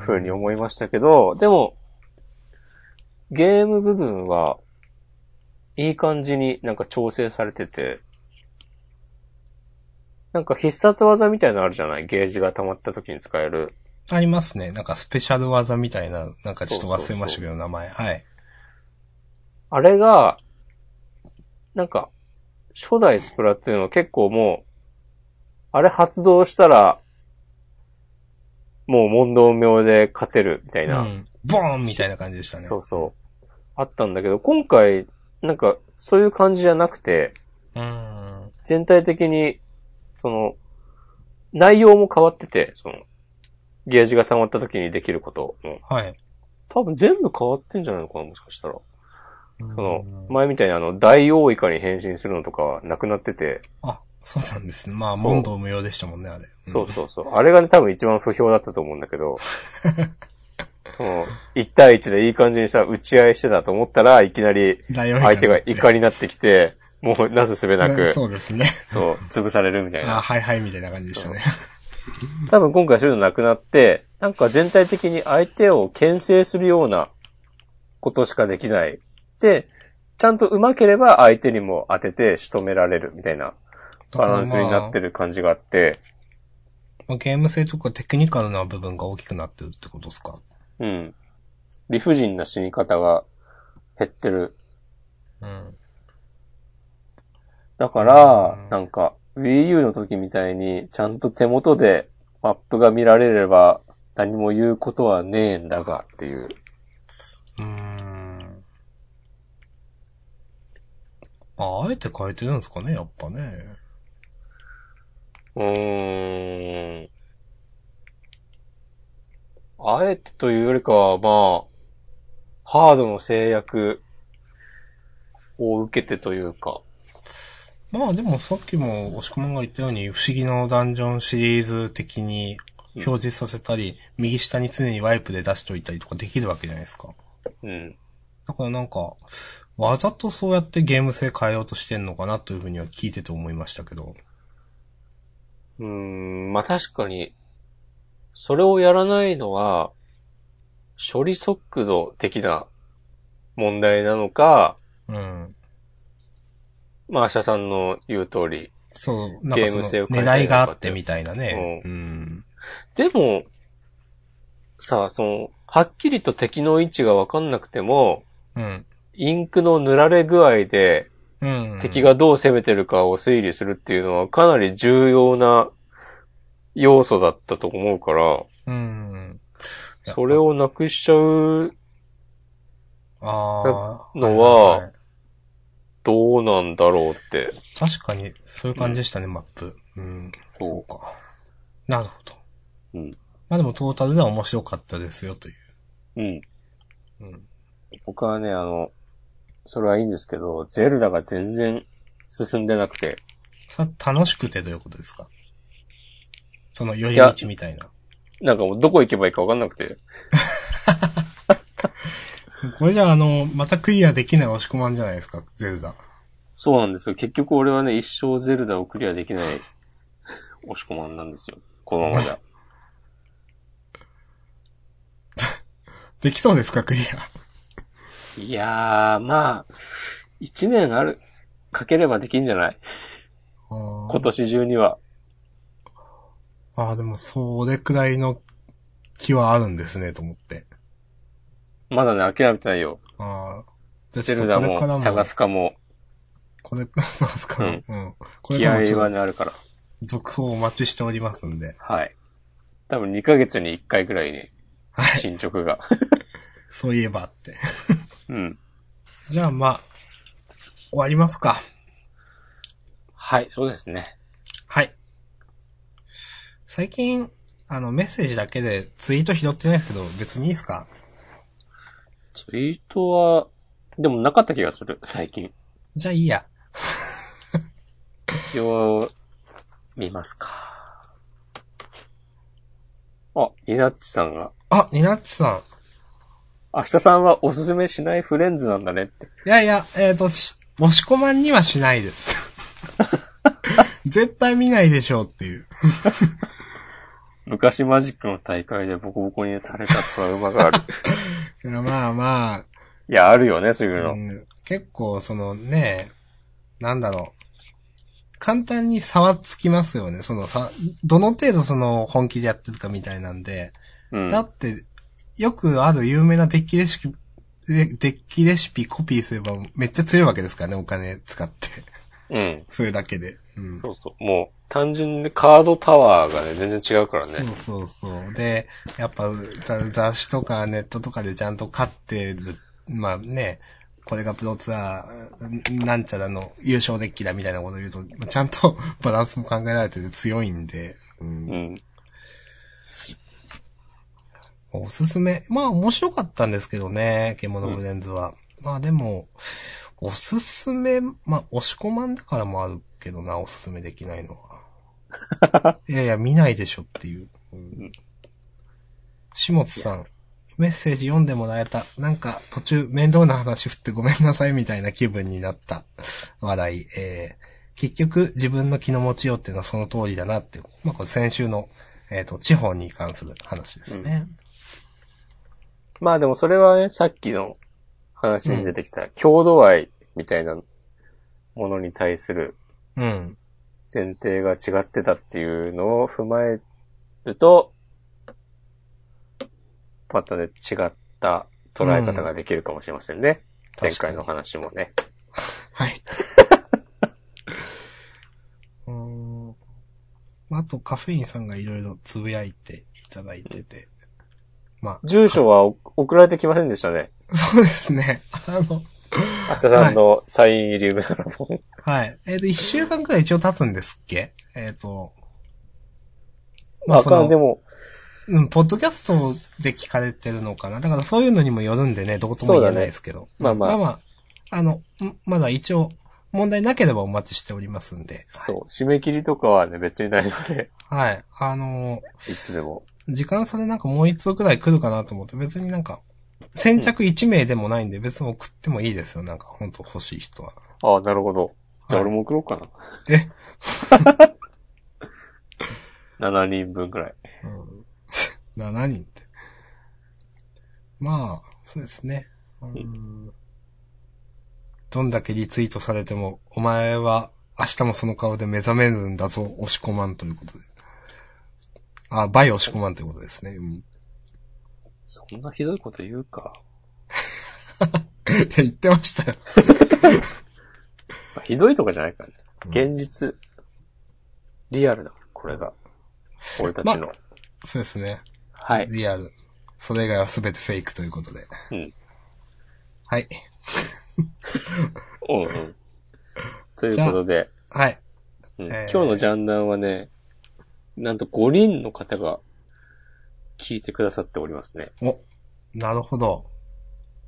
ふうに思いましたけど、でも、ゲーム部分は、いい感じになんか調整されてて、なんか必殺技みたいなのあるじゃないゲージが溜まった時に使える。ありますね。なんかスペシャル技みたいな、なんかちょっと忘れましたけど、名前。はい。あれが、なんか、初代スプラトゥーンは結構もう、あれ発動したら、もう問答無用で勝てるみたいうな、ん。ボーンみたいな感じでしたね。そうそう、あったんだけど、今回、なんか、そういう感じじゃなくて、うん。全体的に、その、内容も変わってて、その、ゲージが溜まった時にできることも、はい。多分全部変わってんじゃないのかな、もしかしたら。そその、前みたいにあの、大王イカに変身するのとかはなくなってて、あ、そうなんですね。まあ、問答無用でしたもんね、あれ。そうそうそう。あれがね、多分一番不評だったと思うんだ けど、その、1対1でいい感じにさ、打ち合いしてたと思ったらいきなりうん。大王 相手がイいカになってきて、もうなすすべな く、そうですね。そう、潰されるみたいあな。はいはいみたいな感じでしたね。多分今回そういうのなくなって、なんか全体的に相手を牽制するようなことしかできない。で、ちゃんと上手ければ相手にも当てて仕留められるみたいなバランスになってる。る感じがあって、まあゲーム性とかテクニカルな部分が大きくなってるってことですかうん。理不尽な死に方が減ってる。うん。だからうん、なんか、Wii U の時みたいに、ちゃんと手元でマップが見られれば、何も言うことはねえんだがっていう。うーん。あ、あえて変えてるんですかね、やっぱね。うーん。あえてというよりかは、まあ、ハードの制約を受けてというか、まあでもさっきも押し込まんが言ったように、不思議のダンジョンシリーズ的に表示させたり、右下に常にワイプで出しといたりとかできるわけじゃないですか。うん。だからなんか、わざとそうやってゲーム性変えようとしてんのかなというふうには聞いてて思いましたけど。うーん、まあ確かに、それをやらないのは、処理速度的な問題なのか、うん。まあ、アシャさんの言う通り。そう、なんかそのゲーム性を変えた狙いいのかがってあってみたいなね。ううん。でも、さあ、その、はっきりと敵の位置がわかんなくても、うん。インクの塗られ具合でうん。敵がどう攻めてるかを推理するっていうのはかなり重要な要素だったと思うから、うん。いやそれをなくしちゃう、あーのはいいいどうなんだろうって。確かに、そういう感じでしたね、マップ。うん。そうそうか。なるほど。うん。まあでもトータルでは面白かったですよ、という。うん。うん。僕はね、あの、それはいいんですけど、ゼルダが全然進んでなくて、それは楽しくてどういうことですかその寄り道みたいな。なんかもうどこ行けばいいかわかんなくて。これじゃあ、あの、またクリアできない押し込まんじゃないですか、ゼルダ。そうなんですよ。結局俺はね、一生ゼルダをクリアできない、 押し込まんなんですよ。このままじゃ。できそうですか、クリア。 いやー、まあ、一年ある、かければできんじゃないあ今ー年中には。あー、でも、それくらいの気はあるんですね、と思って。まだね、諦めてないよ。ああ。じゃあ、ゼちょルっダとこれからもも、探すかも、これ、 探すかも。うん。これ気から合もちょはっと、ね、あるから。続報をお待ちしておりますんで。はい。多分2ヶ月に1回ぐらいね、はい。進捗が。そういえばって。うん。じゃあ、まあ、終わりますか。はい、そうですね。はい。最近、あの、メッセージだけでツイート拾ってないですけど、別にいいですかツイートは、でもなかった気がする、 最近。じゃあいいや。一応、見ますか。あ、イナッチさんが、あ、ニナッチさん。明日さんはおすすめしないフレンズなんだねって。いやいや、えっ、と、し、押し込まんにはしない です。絶対見ないでしょうっていう。昔マジックの大会でボコボコにされたトラウマ がある。いやまあまいや、あるよね、そうあ、いうの。うん結構そのね、なんだろう。簡単に差はつきますよね。そのさ、どの程度その本気でやってるかみたいなんで。うん。だって、よくある有名なデッキレシピ、デデッキレシピコピーすればめっちゃ強いわけですからね、お金使って。 うん。それだけで。うんそうそう。もう、単純でカードパワーがね、全然違うからそうね。そうそう。で、やっぱざ雑誌とかネットとかでちゃんと勝ってる、まあね、これがプロツアー、なんちゃらの優勝デッキだみたいなこと言うと、まあちゃんとバランスも考えられてて強いんで、うんうん。おすすめ。まあ面白かったんですけどね、獣ブレンズは。まあでも、おすすめ、まあ押し込まんだからもあるけどな、おすすめできないのは。 いやいや、見ないでしょっていう。うん、下津さん、メッセージ読んでもらえた。なんか途中面倒な話振ってごめんなさいみたいな気分になった。笑い。えー、結局自分の気の持ちようっていうのはその通りだなっていう。まあこれ先週の、えっ、と、地方に関する話ですね。まあでもそれはね、さっきの話に出てきた、郷土愛みたいなものに対するうん。前提が違ってたっていうのを踏まえると、またね、違った捉え方ができるかもしれませんね。うん前回の話もね。はい。 うーん。あと、カフェインさんがいろいろつぶやいていただいてて。ま住所はお送られてきませんでしたね。あ、 そうですね。あの、明日さんのサイン入り梅原 本。はい。えっ、と、一週間くらい一応経つんですっけえっ、と、まあ、そかんでの、も、うん、ポッドキャストで聞かれてるのかな。だからそういうのにもよるんでね、どうとも言えないですけど。そうだねまあまあまあ、あの、んまだ一応、問題なければお待ちしておりますんで。そう。締め切りとかはね、別にないので、はい。あのいつでも。ー時間差でなんかもう一通くらい来るかなと思って、別になんか、先着1名でもないんで、別に送ってもいいですよ。なんか、本当欲しい人は。ああ、なるほど。じゃあはい俺も送ろうかな。 え7人分くらい。うん、7人 って。まあ、そうですね。うん、どんだけリツイートされても、お前は明日もその顔で目覚めるんだぞ、押し込まんということで。あ、倍押し込まんということですね。うん、 いそんなひどいこと言うか。や言ってましたよ。まあひどいとかじゃないからね。うん現実。リアルだ。これが。俺たちの。そうですね。はい。リアル。それ以外は全てフェイクということで。うんはい。うんうん。ということで、はい。うんえー今日のジャンダンはね、なんと5人の方が聞いてくださっておりますね。お、なるほど。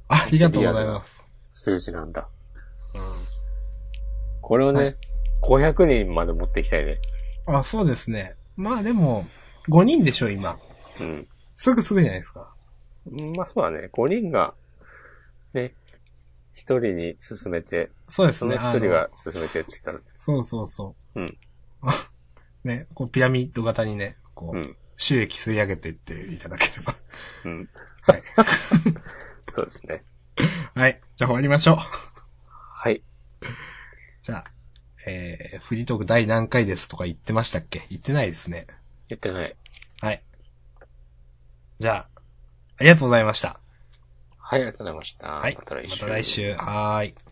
ありがとうございます。数字なんだ。うんこれをね、は500人まで持っていきたいね。あ、そうですね。まあでも、5人でしょ、今。うん。すぐすぐじゃないですか。まあそうだね。5人が、ね、1人に進めて、そうですそのね。 1人が進めてって言ったら、あのそうそうそう。うん。 ね、こう、ピラミッド型にね、こう、うん収益吸い上げていっていただければ。 うん。はい。 そうですね。はい。じゃあ終わりましょう。はい。じゃあ、えー、フリートーク第何回ですとか言ってましたっけ言ってないですね。言ってない。はい。じゃあ、ありがとうございました。はい、ありがとうございました。はい。また来週。はーい。